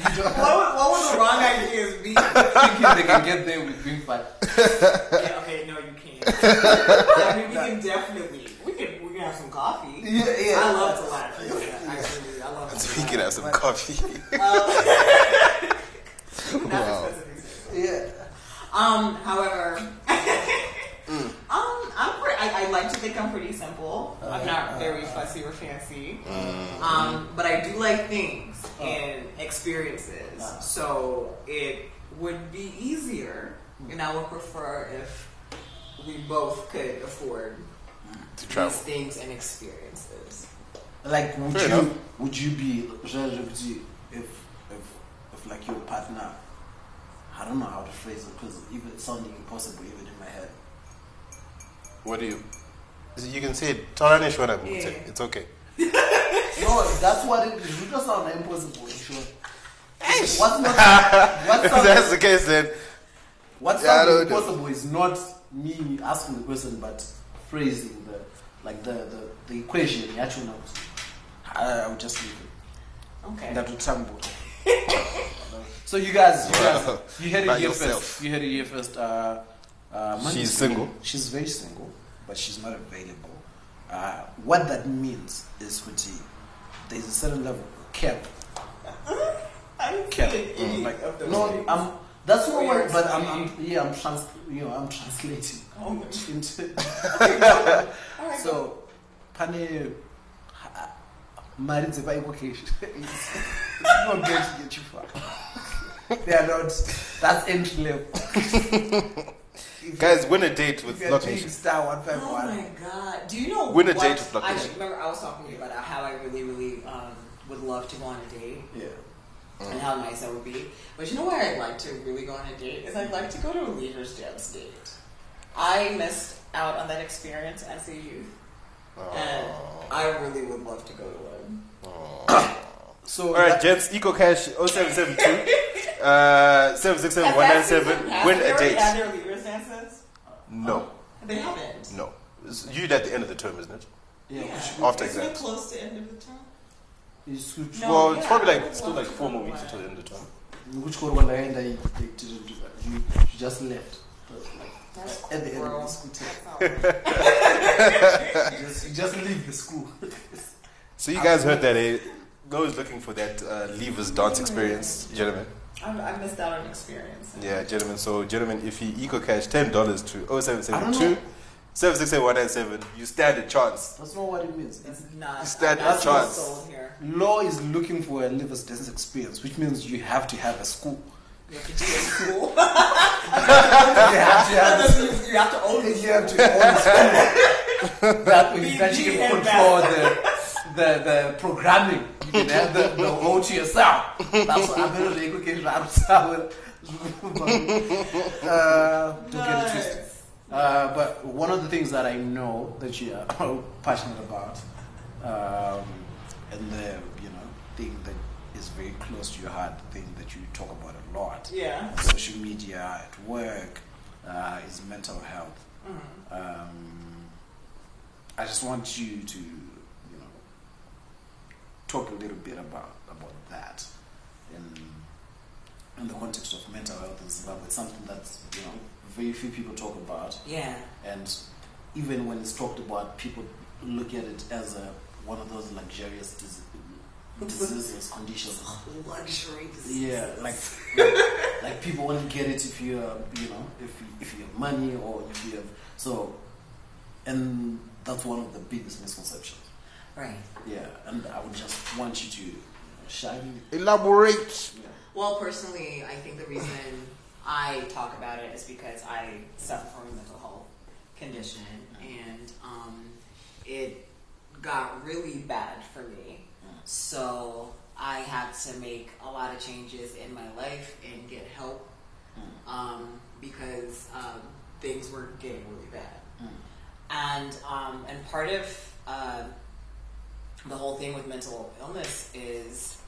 B: Thinking
E: what, would, what would the wrong ideas
B: [laughs]
E: be?
B: they can get there with being fat.
E: yeah, okay, no, you can't. I mean, we can definitely we can we can have some coffee.
B: Yeah, yeah.
E: I love to laugh. Yeah, actually, I love to
C: We
E: laugh.
C: can have some coffee. [laughs]
E: Not for specific reasons.
B: Yeah.
E: Um, however,
B: [laughs] Mm.
E: um, I'm pretty, I, I like to think I'm pretty simple.
B: Uh,
E: I'm not very fussy or fancy.
B: Mm-hmm.
E: Um, but I do like things
B: Oh.
E: and experiences.
B: Uh.
E: So it would be easier, and I would prefer if we both could afford
C: to
E: these
C: travel.
E: things and experiences.
B: Like, would
C: Fair
B: you
C: enough.
B: would you be relatively if if if like your partner? I don't know how to phrase it because even it's sounding impossible even in my head.
C: What do you? You can say it. Taranish when I moved
E: Yeah.
C: it. It's okay.
B: No, that's what it is. It does sound [laughs] impossible. Sure. What's not? What's not?
C: [laughs] If that's the case, then
B: What's
C: Yeah, I
B: sounding
C: don't know.
B: impossible is not me asking the question, but phrasing the like the the, the equation, the actual numbers. I, I would just leave it.
E: Okay.
B: That would sound good. so you guys, you guys,
C: Wow.
B: you heard it
C: By
B: here
C: yourself.
B: first. You heard it here first. Uh, uh, Monday.
C: She's single.
B: She's very single, but she's not available. Uh, what that means is, Kuti, there's a certain level of cap
E: I'm
B: Cap.
E: kidding.
B: Mm.
E: Like, of
B: Like,
E: those
B: no,
E: things.
B: I'm. That's what
E: We
B: we're.
E: are
B: But I'm, I'm.
E: saying-
B: Yeah, I'm trans. You know, I'm translating
E: Oh, my-
B: into.
E: [laughs] All right, go.
B: so, pane. Married by vocation. [laughs] It's it's not going to get you far. [laughs] They are not. That's entry level. [laughs] If
C: Guys, win a date
B: if
C: with
B: you're
C: Lock
B: doing
C: Nation.
B: star one five
E: Oh my
B: one.
E: god. Do you know
C: Win a
E: what-
C: date with Black
E: I
C: Nation.
E: remember I was talking to you about how I really, really um, would love to go on a date
B: Yeah.
C: Mm.
E: and how nice that would be. But you know where I'd like to really go on a date? Is I'd like to go to a leader's dance date. I missed out on that experience as a youth. And I
C: Oh.
E: really would love to go to one.
B: So
C: All right,
B: that-
C: gents, EcoCash 0772 uh, 767-197. Win a
E: Have
C: date.
E: their leaders dances?
C: No,
E: They haven't.
C: no. It's you at the end of the term, isn't it?
B: yeah.
C: After
E: Isn't it
C: exams.
E: close to end of the term?
B: It's good.
E: No,
C: well, it's
E: yeah,
C: probably
E: I
C: like
E: would
C: still
E: love
C: like
E: to
C: four
E: go
C: more
E: to
C: weeks
E: one.
C: until the end of the term.
B: Which code one and I they didn't do that. You, you just left.
E: That's
B: At the end of the
E: gross.
B: school term.
E: That's not right.
B: You just, you just leave the school.
C: So you guys heard that, eh? Those looking for that uh, leavers dance experience, gentlemen.
E: I've, I've missed out on experience.
C: Yeah, gentlemen. So, gentlemen, if you EcoCash $10 to oh,
B: I don't
C: 0772 767-197, you stand a chance.
B: That's not what it means.
E: It's not.
C: Is that
E: I'm not
C: a
E: so
C: chance?
E: sold here.
B: Law is looking for a liver's dance experience, which means you have to have a school.
E: You have to do it in school.
B: [laughs] you have to have a school.
E: [laughs] you, you have to own it.
B: You have to own the school. that way, that you can control the, the, the programming. You can have the, the whole to yourself. That's what I'm going to get [laughs] Uh, don't get it twisted. Uh, but one of the things that I know that you are [laughs] passionate about, um, and the you know thing that is very close to your heart, the thing that you talk about a lot,
E: Yeah.
B: on social media, at work, uh, is mental health. Um, I just want you to you know talk a little bit about about that in in the context of mental health in Zimbabwe. It's something that you know very few people talk about
E: Yeah.
B: and even when it's talked about, people look at it as a, one of those luxurious dis- diseases, conditions.
E: Mm-hmm. Luxury.
B: Yeah,
E: [laughs]
B: like, like people only get it if you, are, you know, if you, if you have money or if you have so, and that's one of the biggest misconceptions.
E: Right.
B: Yeah, and I would just want you to you know, shine.
C: Elaborate.
B: Yeah.
E: Well, personally, I think the reason I talk about it is because I suffer from a mental health condition, and um, it got really bad for me. So I had to make a lot of changes in my life and get help um, because um, things were getting really bad.
B: Mm.
E: And um, and part of uh, the whole thing with mental illness is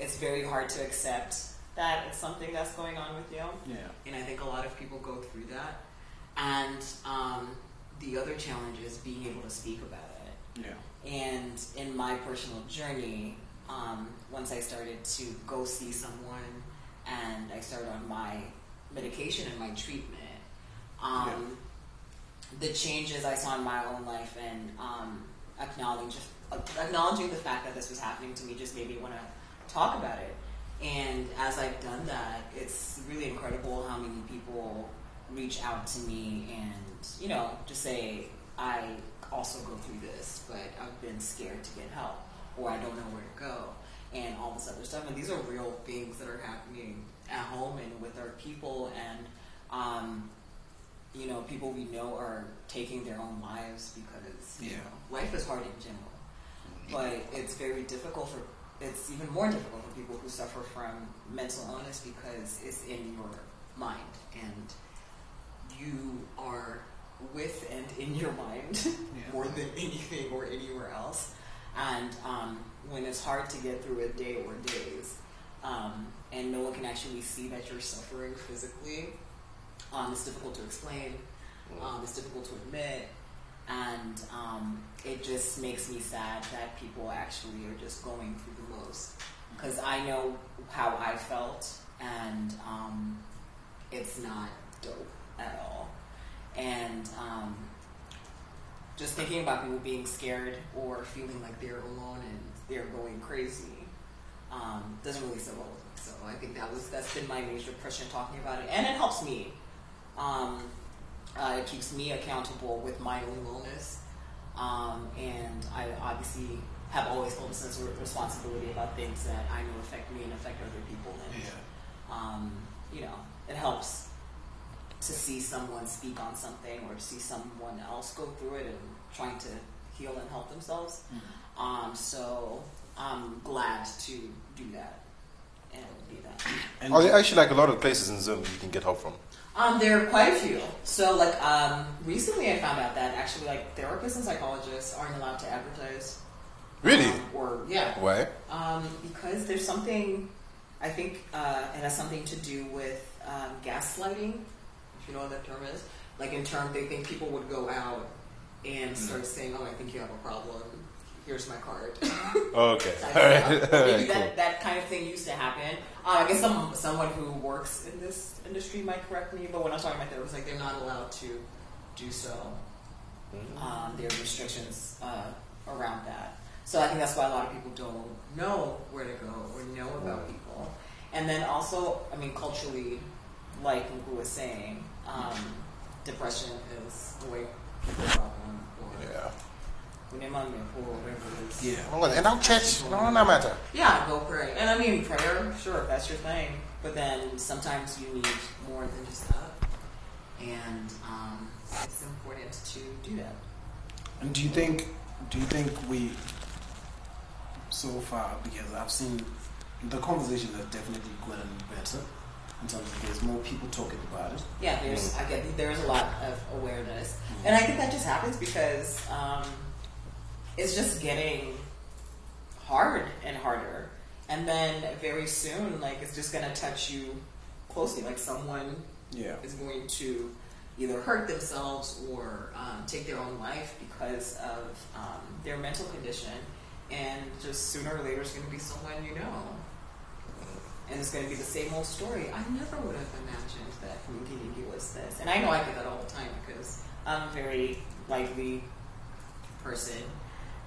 E: it's very hard to accept that it's something that's going on with you.
B: Yeah.
E: And I think a lot of people go through that. And um, the other challenge is being able to speak about it.
B: Yeah.
E: And in my personal journey, um, once I started to go see someone and I started on my medication and my treatment, um, the changes I saw in my own life and um, acknowledge, acknowledging the fact that this was happening to me just made me want to talk about it. And as I've done that, it's really incredible how many people reach out to me and, you know, just say, I also go through this, but I've been scared to get help or I don't know where to go and all this other stuff. And these are real things that are happening at home and with our people and, um, you know, people we know are taking their own lives because you
B: Yeah.
E: know, life is hard in general. But it's very difficult for it's even more difficult for people who suffer from mental illness because it's in your mind and you are with and in your mind more than
A: [laughs]
E: anything or anywhere else. And um, when it's hard to get through a day or days, um, and no one can actually see that you're suffering physically,
A: Um, it's difficult to explain. Um, it's difficult to admit, and um, it just makes me sad that people actually are just going through the most. Because I know how I felt, and um, it's not dope at all. And um, just thinking about people being scared or feeling like they're alone and they're going crazy um, doesn't really sit well with me. So I think that was that's been my major impression talking about it, and it helps me. Um, uh, it keeps me accountable with my own wellness, um, and I obviously have always felt a sense of responsibility about things that I know affect me and affect other people. And um, you know, it helps to see someone speak on something or to see someone else go through it and trying to heal and help themselves. Um, so I'm glad to do that and be that.
B: And
C: Are there actually like a lot of places in Zim you can get help from?
A: Um, there are quite a few. So, like, um, recently I found out that actually, like, therapists and psychologists aren't allowed to advertise.
C: Really?
A: Um, or yeah,
C: Why?
A: um, because there's something, I think uh, it has something to do with um, gaslighting, if you know what that term is. Like in term, they think people would go out and start saying, "Oh, I think you have a problem. Here's my card."
C: Okay. [laughs]
A: Type
C: Alright.
A: stuff. Maybe
C: Alright, cool.
A: that, that kind of thing used to happen. Uh, I guess some someone who works in this industry might correct me, but when I'm talking about therapists, like they're not allowed to do so
C: Mm-hmm.
A: um, there are restrictions uh, around that. So I think that's why a lot of people don't know where to go or know
C: Mm.
A: about people. And then also, I mean, culturally, like Luku was saying, um, depression is a white people problem or
C: Yeah.
A: Unemami or whatever it is.
B: Yeah.
C: And I'll church. No, no matter.
A: Yeah, go pray. And I mean, prayer, sure, if that's your thing. But then sometimes you need more than just that. And um, it's important to do that.
B: And do you think do you think we so far because I've seen the conversations have definitely gotten better in terms of there's more people talking about it.
A: Yeah, there's I get there's a lot of awareness, and I think that just happens because um, it's just getting hard and harder, and then very soon, like it's just gonna touch you closely. Like someone
B: Yeah.
A: is going to either hurt themselves or um, take their own life because of um, their mental condition, and just sooner or later, it's going to be someone you know. And it's going to be the same old story. I never would have imagined that community was this. And I know I get that all the time because I'm a very lively person,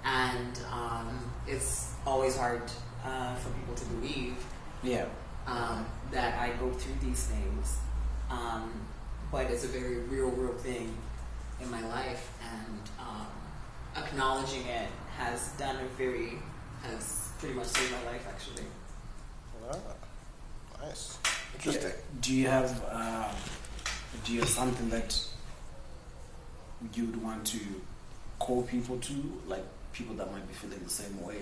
A: and um, it's always hard uh, for people to believe
B: Yeah.
A: um, that I go through these things. Um, but it's a very real, real thing in my life, and um, acknowledging it has done a very, has pretty much saved my life actually.
C: Ah, nice. Interesting.
B: Do you have um, do you have something that you'd want to call people to, like people that might be feeling the same way?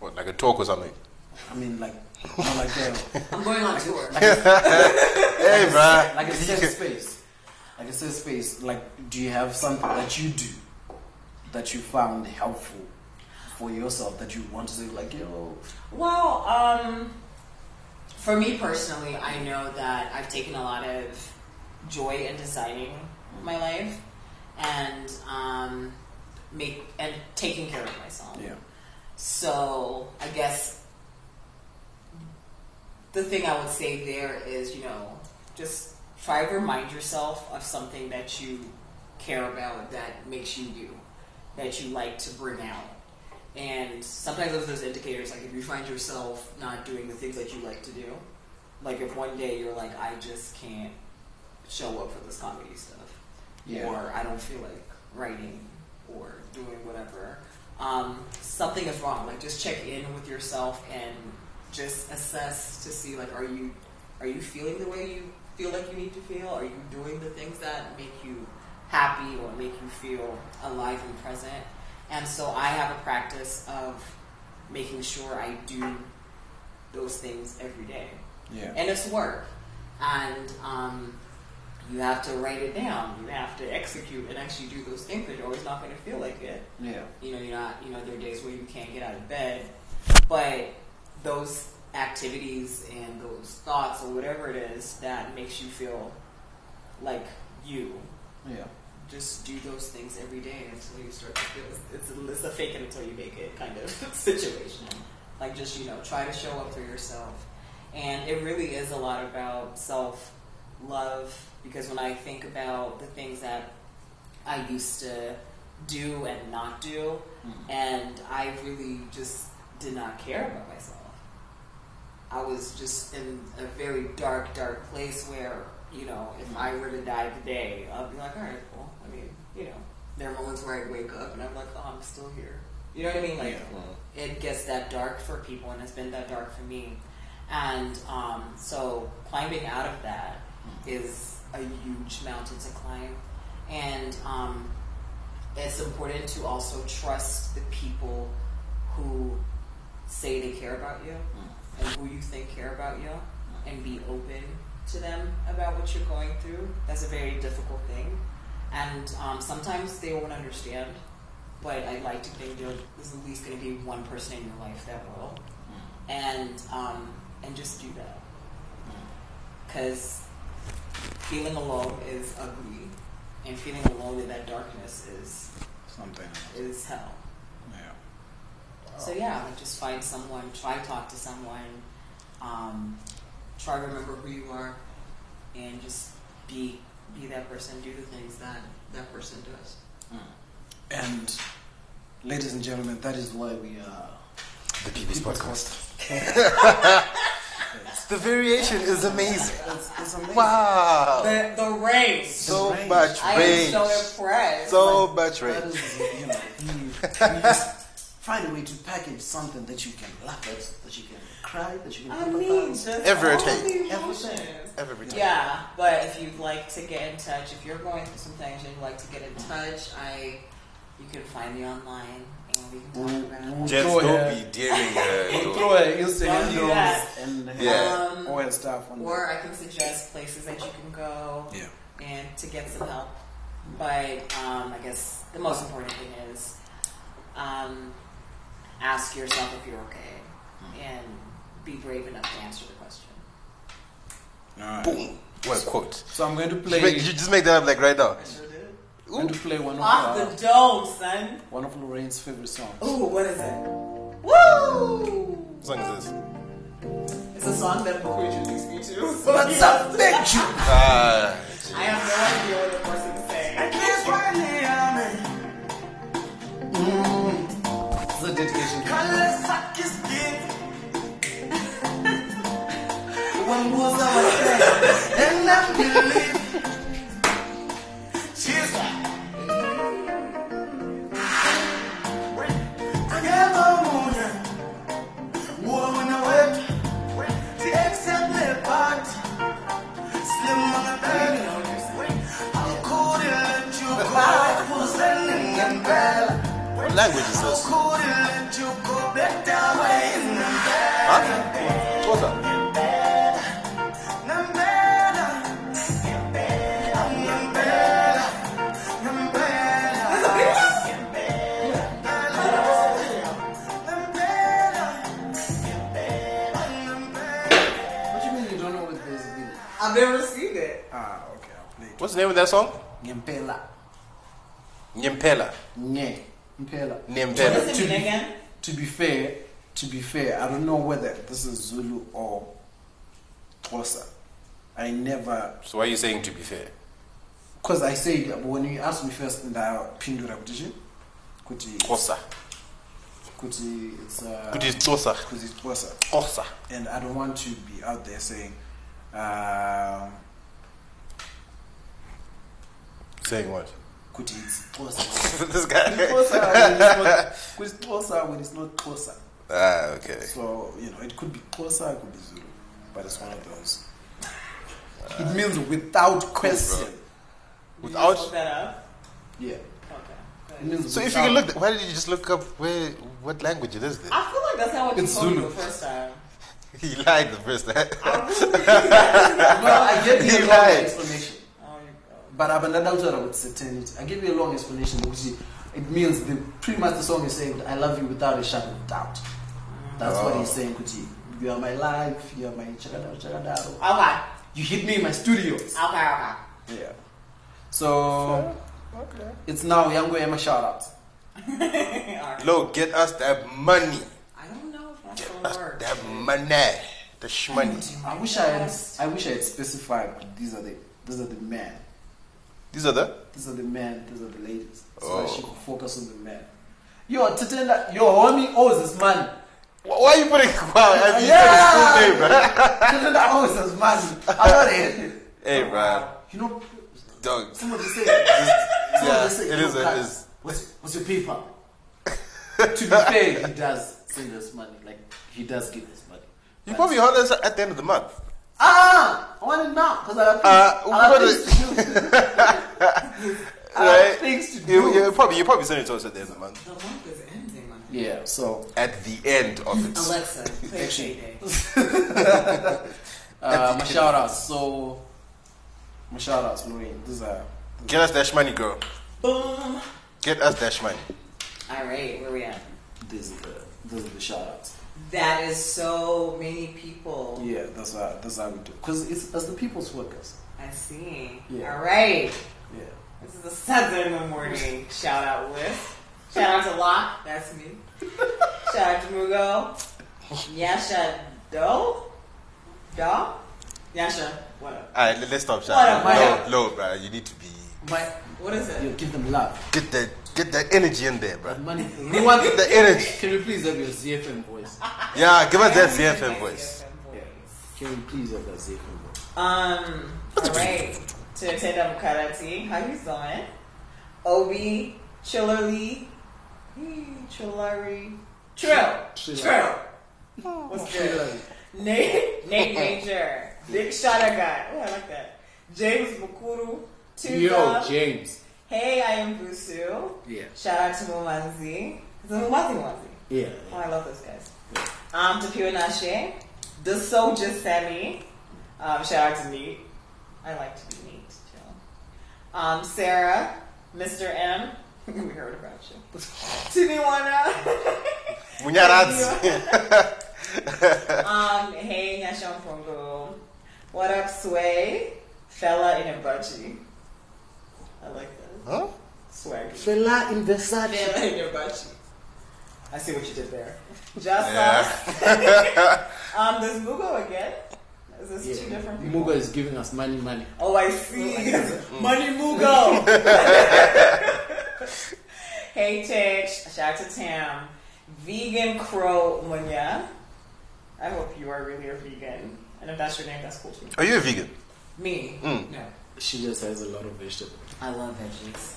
C: What, like a talk or something?
B: I mean, like, you know, like a
A: I'm going on tour.
B: like a,
C: Hey, bruh.
B: like a
C: [laughs]
B: safe space, like a safe space. Like, do you have something that you do that you found helpful for yourself that you want to say, like, yo,
A: Well, um, for me personally, I know that I've taken a lot of joy in designing my life and um, make and taking care of myself.
B: yeah,
A: So I guess the thing I would say there is, you know, just try to remind yourself of something that you care about that makes you you, that you like to bring out. And sometimes those are those indicators, like if you find yourself not doing the things that you like to do, like if one day you're like, I just can't show up for this comedy stuff
B: yeah,
A: or I don't feel like writing or doing whatever. Um, something is wrong. Like just check in with yourself and just assess to see like are you are you feeling the way you feel like you need to feel? Are you doing the things that make you happy or make you feel alive and present? And so I have a practice of making sure I do those things every day
B: yeah,
A: and it's work. And um, you have to write it down. You have to execute and actually do those things. But you're always not going to feel like it.
B: yeah,
A: You know, you're not. You know, there are days where you can't get out of bed, but those activities and those thoughts or whatever it is that makes you feel like you.
B: Yeah.
A: Just do those things every day until you start to feel it's a, it's a fake it until you make it kind of [laughs] situation. Like just you know try to show up for yourself, and it really is a lot about self love because when I think about the things that I used to do and not do, and I really just did not care about myself. I was just in a very dark, dark place where, you know, if I were to die today, I'll be like, all right, well, I mean, you know, there are moments where I wake up and I'm like, oh, I'm still here. You know what I mean? Like, it gets that dark for people, and it's been that dark for me. And um, so, climbing out of that is a huge mountain to climb. And um, it's important to also trust the people who say they care about you and who you think care about you and be open to them about what you're going through. That's a very difficult thing. And um, sometimes they won't understand, but I like to think there- there's at least going to be one person in your life that will. And, um, and just do that. Because feeling alone is ugly, and feeling alone in that darkness is,
B: Something.
A: is hell.
B: Yeah.
A: So yeah, like just find someone, try talk to someone, um, try remember who you are, and just be be that person. Do the things that that person does.
B: And, ladies and gentlemen, that is why we uh, are
C: The People's Podcast.
B: Podcast.
C: [laughs] The variation is amazing.
B: it's, it's amazing.
C: Wow.
A: The the range.
C: So
B: range.
C: much
A: I am
C: range.
A: so impressed.
C: So much
B: That
C: range.
B: is, you know, you, you just find a way to package something that you can laugh at, that you can cry, that you can
A: I mean,
B: empathize.
A: just
C: Every
A: all
C: day.
A: the
B: Everything.
A: emotions.
C: Every time.
A: Yeah, but if you'd like to get in touch, if you're going through some things and you'd like to get in touch, I you can find me online and we can talk about it.
C: Just
B: Go
C: don't
B: ahead.
C: be daring.
B: We'll
C: Uh,
B: throw her Insta
A: Don't do that.
B: handles and her-
C: Yeah.
A: Um,
B: all her stuff on
A: Or I can suggest places that you can go
B: there. Yeah.
A: and to get some help. But um, I guess the most important thing is um, ask yourself if you're okay and be brave enough to answer the question.
B: All right.
C: boom. What a quote?
B: So I'm going to play.
C: You, make, you just make that up like right now.
A: sure did.
B: going to play one of
A: Off
B: uh,
A: the dome, son.
B: one of Lorraine's favorite songs.
A: Ooh, what is it? Woo!
C: What song is this?
A: It's a song that Book introduced me to. So [laughs]
B: What's up, thank you.
C: Ah,
A: I have no idea what the person is saying.
B: It's a dedication.
D: When was I there? And I believe she's I never wonder Woman I wait The accept me part Slim on the bed How could you let you go I was standing in bed
C: what language is
D: How
C: this?
D: could you let you go back that way in the bed
C: Huh? What's up?
B: What do you mean you don't know what this is?
A: I've never seen it.
B: Ah, okay, I'll play it.
C: What's the name of that song?
B: Ngempela.
C: Nyempela.
B: Nye. Mpela.
A: What
C: Nyempela.
A: does it mean again?
B: To be fair, to be fair, I don't know whether this is Zulu or Xhosa. I never
C: So why are you saying to be fair?
B: because I said when you asked me first ndapindura kuti chi kuti
C: Xhosa.
B: kuti it's uh,
C: Kuti Xhosa.
B: kuti it's Xhosa
C: Xhosa.
B: and I don't want to be out there saying um,
C: Saying what?
B: kuti it's Xhosa
C: [laughs]
B: Kuti it's
C: this guy.
B: Xhosa when it's not- [laughs] kuti it's Xhosa when it's not Xhosa
C: Ah, okay.
B: so you know it could be Xhosa it could be Zulu but it's one of those
C: Uh,
B: it means without question
A: Look
C: Without.
A: that up.
B: yeah
A: Okay.
B: it means
C: So if you
B: without-
C: can look, why did you just look up where what language it is? Then
A: I feel like that's not what you
B: It's
A: told me
B: Zulu.
A: the first time.
C: [laughs] he lied the first [laughs] time.
B: well I gave you a
C: He
B: long
C: lied.
B: explanation
A: Oh, you
B: but I've another with certainty. I give you a long explanation because it means the pretty much the song is saying I love you without a shadow of doubt. That's what he's saying, Kuti. You are my life, you are my chakadao, chakadao.
A: go. Okay.
B: You hit me in my studios.
A: Okay, okay.
B: Yeah. So it's now Yango Emma shout out.
C: Lo, get us that money.
E: I don't know if that's
C: Get
E: gonna
C: us
E: work.
C: that money. The shmoney.
B: I wish I had I wish I had specified these are the these are the men.
C: These are the.
B: These are the men, these are the ladies. So
C: Oh.
B: that she could focus on the men. Yo, Tatenda, your homie owes his money.
C: Why are you putting. [laughs] Wow, that's
B: Yeah.
C: yeah. full name, bro.
B: Tatenda owes his money. I'm not happy.
C: hey, bro.
B: You know, [laughs]
C: Dog.
B: someone just said, someone
C: Yeah,
B: just said,
C: it
B: yo,
C: is. It
B: Kat,
C: is.
B: What's, what's your paper? to be fair, he does send us money. Like, he does give us money.
C: You
B: But-
C: probably heard us at the end of the month.
B: Ah! I want it now because I have
C: Uh,
B: things, I have
C: what
B: things to do. I have
C: Right?
B: things
C: [laughs]
B: to do.
C: You, you probably you probably send it to us at the end of the month.
E: The month is ending. my
B: Yeah,
E: friend.
B: so
C: At the end of it.
E: Alexa, play Day.
B: uh, my shout outs. So, my shout outs, Lorraine. These are.
C: Get us dash money, girl.
E: Boom.
C: Get us dash money.
E: All right, where we at?
B: These are the, these are the shout outs.
E: That is so many people.
B: Yeah, that's how, that's how we do Because it's, it's the people's workers.
E: I see.
B: Yeah.
E: All right.
B: Yeah.
E: This is a Saturday in the morning shout out list. Shout out to Locke, that's
A: [laughs]
E: me. shout out to Mugo.
B: [laughs]
E: Yasha Do. Do. Yasha, what up?
C: Alright, let- let's stop,
E: What a
C: Shaq.
E: man.
C: No, no, bro. You need to be.
E: My, what is it?
B: You give them love.
C: Get that, get that energy in there, bro.
B: But money. [laughs] We want
C: Get the energy.
B: Can we please have your ZFM voice?
C: Yeah, give us that
E: My
C: ZFM voice.
E: CFM
B: Yeah.
E: voice.
B: Can we please have that ZFM voice?
E: Um, all right. To Teta Mukarati, how you doing? Obi Chillerly. Chillary. Trill. Trill. What's good? Nate, Nate Major, Dick Shotter Guy. Oh, I like that. James Mukuru,
B: Yo,
E: Tuka.
B: James.
E: hey, I am Busu.
B: Yeah.
E: Shout out to Mumanzi. It's a Mumanzi Mumanzi.
B: Yeah.
E: Oh, I love those guys. Um, to Piwanashe, the Soldier Sammy. Um, shout out to Neat. I like to be neat, too. Um, Sarah, Mr. M. [laughs] we heard about you. [laughs] Tiniwana.
C: Munyarats.
E: Um, hey, Nyashon Fungo. What up, Sway? Fella in a budgie. I like that.
C: Huh?
E: Swag.
B: Fela in Versace.
E: Fella [laughs] in a budgie. I see what you did there. Just [laughs] um, there's Mugo again. Is this
B: Yeah.
E: two different people?
B: Mugo is giving us money, money.
E: Oh, I see. [laughs] Money [laughs] Mugo. hey, Tech. Shout out to Tam. Vegan Crow Munya. I hope you are really a vegan. And if that's your name, that's cool too.
C: Are you a vegan?
E: Me? No.
B: She just has a lot of vegetables.
E: I love veggies.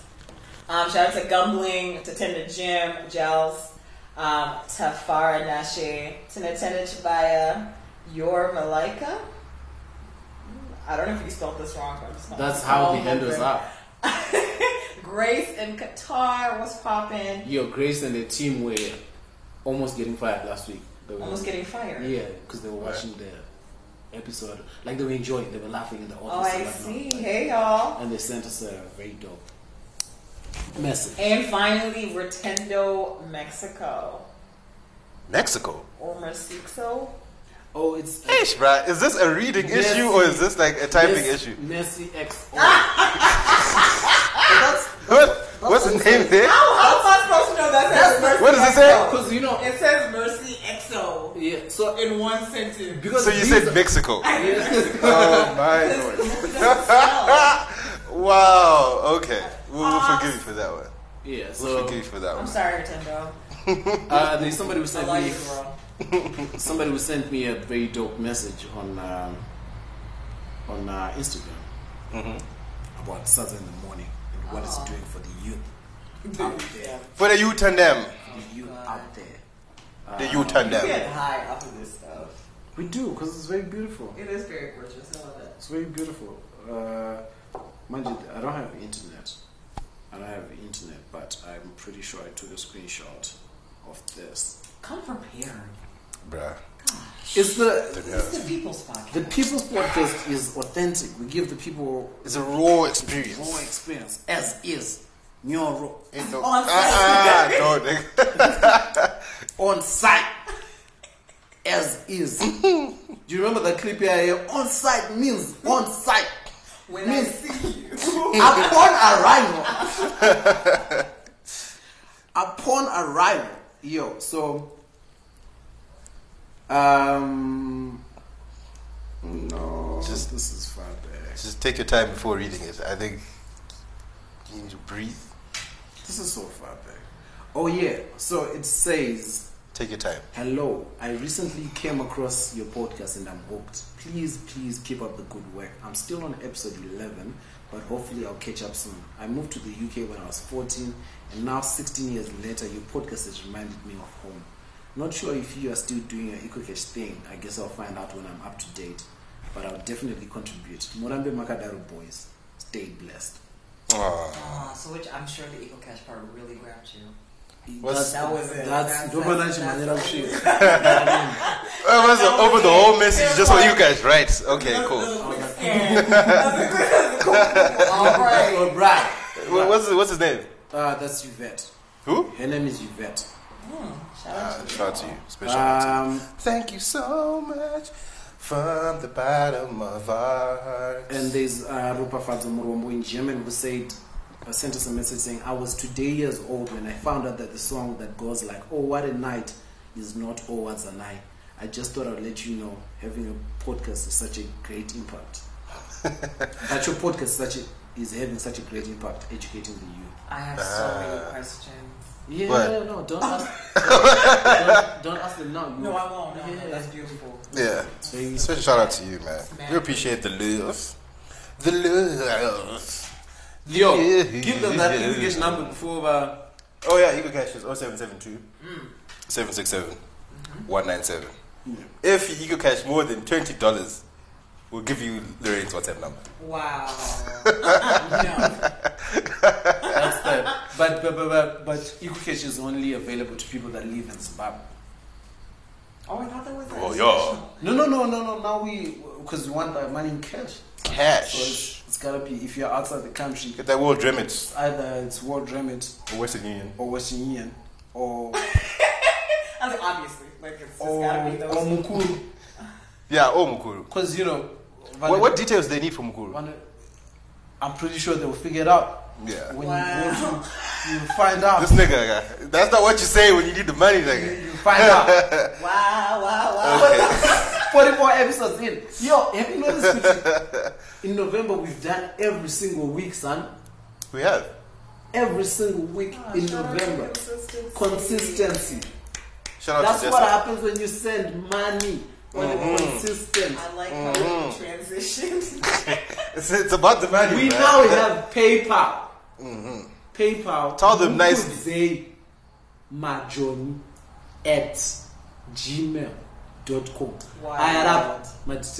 E: Um, shout out to Gumbling, to Tender Jim, Gels, um, Tafara Nashe, to Natenda Chabaya, Your Malika. I don't know if you spelled this wrong, but I'm just gonna-
B: That's how
E: Oh,
B: the handles
E: okay.
B: are.
E: Grace and Qatar, what's popping?
B: Yo, Grace and the team were almost getting fired last week. They were,
E: Almost getting fired.
B: Yeah, because they were watching the episode. Like they were enjoying, they were laughing in the
E: Oh,
B: office.
E: I
B: and whatnot.
E: see.
B: Like,
E: Hey, y'all.
B: And they sent us a very dope message.
E: And finally, Rotendo, Mexico.
C: Mexico.
E: Or Mexico?
B: Oh, it's
C: Ish, bruh. Is this a reading
B: Yes.
C: issue or is this like a typing
B: Messi-
C: issue?
B: Messi X.
E: Ah!
C: What? What's the name there?
E: Oh, how am I supposed to know that? That's Mercy
C: What does it say?
B: Because you know,
E: It says Mercy EXO
B: yeah. So
E: in one sentence.
B: because
C: So you
B: these
C: said
B: are-
C: Mexico.
B: [laughs] Yeah.
C: [laughs] Oh my lord. wow. Okay. We'll, we'll forgive you for that one.
B: yeah.
C: We'll
B: So
C: forgive you for that
E: I'm
C: one.
E: sorry, Nintendo.
B: uh, there's somebody who
E: I
B: sent
E: love you,
B: me
E: girl.
B: somebody who sent me a very dope message on um, on uh, Instagram about Saturday in the morning and what it's doing for the youth,
E: Yeah.
C: For the youth and them.
B: the youth out there.
C: The youth and
E: You
C: them.
E: get high off of this stuff.
B: We do because it's very beautiful.
E: It is very gorgeous. I love it.
B: It's very beautiful. Uh, mind you, I don't have internet. I don't have internet, but I'm pretty sure I took a screenshot of this.
E: Come prepared.
C: Bruh.
B: It's the
E: It's the people's
B: the
E: podcast.
B: people's podcast is authentic. We give the people
C: It's a raw experience.
B: raw experience as is, neuro
C: Ain't no,
E: On
C: Ah, ah,
B: [laughs]
C: no, nigga.
B: on site as is. Do you remember that clip here? On site means on site.
E: When I see you,
B: [laughs] upon arrival. upon arrival. Yo, so um no
C: Just-
B: this is fun. eh.
C: Just take your time before reading it. I think you need to breathe.
B: This is so far back. Oh yeah. So it says
C: Take your time.
B: Hello, I recently came across your podcast and I'm hooked. Please, please keep up the good work. I'm still on episode 11, but hopefully I'll catch up soon. I moved to the UK when I was 14, and now 16 years later, your podcast has reminded me of home. Not sure if you are still doing your EcoCash thing. I guess I'll find out when I'm up to date, but I'll definitely contribute. Morambe Makadaru boys, stay blessed.
A: Ah, so which I'm sure the Eagle Cash part really grabbed you.
C: What's-
A: That was it.
B: That's,
A: That's-
B: that's,
A: that's- that's-
C: Oh, was it over the whole message, just what you guys write. Okay,
A: [laughs] [laughs]
C: cool.
A: All right.
B: All right.
C: Wha- What's his, what's his name?
B: Uh, that's Yvette.
C: Who?
B: Her name is Yvette.
A: Hmm,
C: Uh, shout out to you. Special out to you.
B: Um,
C: Thank you so much from the bottom of our hearts.
B: and there's uh, Rupa Fadzo Murombo in German who said, uh, sent us a message saying, I was today years old when I found out that the song that goes like, Oh, what a night is not Oh, what's a night. I just thought I'd let you know having a podcast is such a great impact. [laughs] that your podcast is such a, is having such a great impact educating the youth.
A: I have so many questions.
B: Yeah,
C: What?
B: no, no, don't [laughs] ask. don't, don't ask them now. you-
A: Oh, No, I won't. No,
B: Yeah.
A: no, that's beautiful.
C: yeah.
B: They-
C: Special shout out to you, man. We appreciate the love. The love.
B: Yo,
C: Yeah.
B: give them that English number before. Uh,
C: Oh, yeah, Eagle Cash is 0772
B: Mm.
C: 767
B: Mm-hmm.
C: 197. If you Eagle Cash more than $20, we'll give you Lorraine's WhatsApp number.
A: Wow. no.
B: That's the but but but but, but Ikukesh is only available to people that live in Zimbabwe.
A: Oh, I thought that was.
C: Oh, yo.
B: No no no no no. Now we because we want the money in cash. So
C: Cash.
B: it's, it's gotta be if you're outside the country.
C: Get that world remit.
B: Either it's World Remit
C: Western Union.
B: or Western Union or
A: [laughs] I mean, obviously, like it's, it's
B: or,
A: gotta be
B: or
A: those.
B: Mukuru
C: Yeah, oh, Mukuru.
B: because you know.
C: What, what details they need for Mukuru?
B: one- I'm pretty sure they'll figure it out
C: Yeah.
B: when you
A: Wow.
B: go to. You'll find out.
C: This nigga, guy. that's not what you say when you need the money, nigga.
B: You'll find out.
A: Wow, wow, wow.
C: Okay.
B: [laughs] 44 episodes in. Yo, have you noticed? Kuti, in November, we've done every single week, son.
C: we have.
B: Every single week
A: Oh,
B: in November. Consistency.
C: Shout out
B: That's
C: to
B: what
C: Jessica.
B: happens when you send money. When it's consistent.
A: I like how you transitioned.
C: It's, it's about the money.
B: We
C: man.
B: now have PayPal. PayPal.
C: Mm-hmm. Tell them nicely.
B: Say majoni at gmail.com.
A: Wow.
B: I had up my details. [laughs]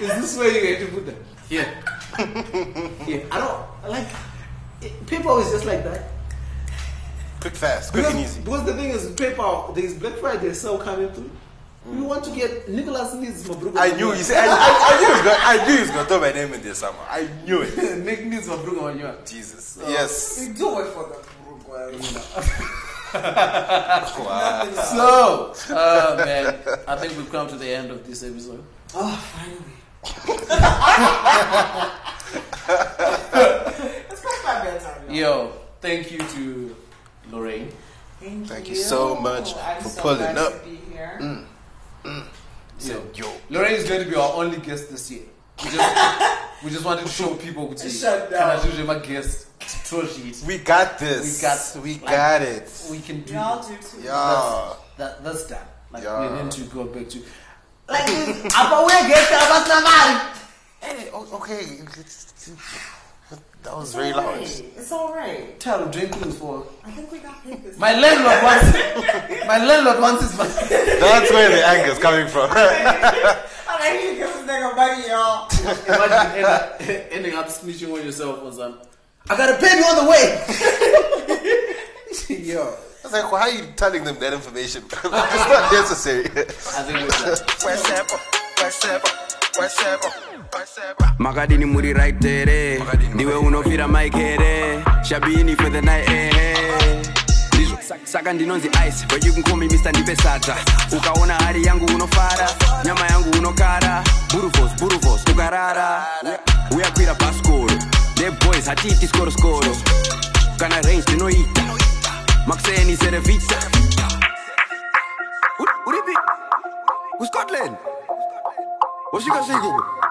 B: Is this where you had to put them?
C: [laughs]
B: Yeah. yeah. I don't like it, PayPal is just like that.
C: Quick, fast, quick
B: because,
C: and easy.
B: because the thing is, PayPal, there's Black Friday sale coming through. We want to get Nicholas needs Mabruko.
C: Mm. I knew you said. I, I, I knew he's gonna. I knew he's gonna throw my name in there somehow. I knew it.
B: [laughs] Nick needs Mabruko on you.
C: Jesus. yes.
A: You do it for the Uruguay.
C: Wow.
B: So, uh, man, I think we've come to the end of this episode.
A: Oh, finally. it's past my bedtime. y'all.
B: Yo, thank you to Lorraine.
A: Thank,
C: Thank you so much
A: I'm
C: for
A: so
C: pulling
A: glad
C: up. Mm,
A: To be here.
B: So,
C: Yo.
B: Lorraine is going to be our only guest this year. We just, [laughs] we just wanted to show people which is
A: Shut
B: kind
A: down.
B: of usually my guest. Trojies.
C: We got this.
B: We got-
C: We
B: like-
C: got it.
B: We can do
A: Y'all do too.
C: Yeah.
B: that. That's done. Like
C: Yeah.
B: we need to go back to [laughs] like this. Apa we get about somebody?
C: Hey, o- okay. That was very loud.
A: It's all right.
B: Tell drink things for
A: I think we got paid this.
B: my landlord wants. my landlord wants his money.
C: That's where the anger is coming from.
A: I'm actually giving this nigga money, y'all.
B: Imagine end up- ending up snitching on yourself or something. I got a baby on the way. Yo,
C: I was like, why are you telling them that information? [laughs] it's not necessary.
B: I think we're done.
D: makadini muri right here ndiwe unofira mike here shabini for the night eh, eh. ndizvo Sak- saka ndinonzi ice but you can call me mr ndipesata ukaona hari yangu unofara nyama yangu unokara buruvos buruvos ukarara Uya- uyakwira bhasikoro neboys hatiiti skoroskoro kana range ndinoita maxeni serevita uripi kuscotland wasvika sei ikoko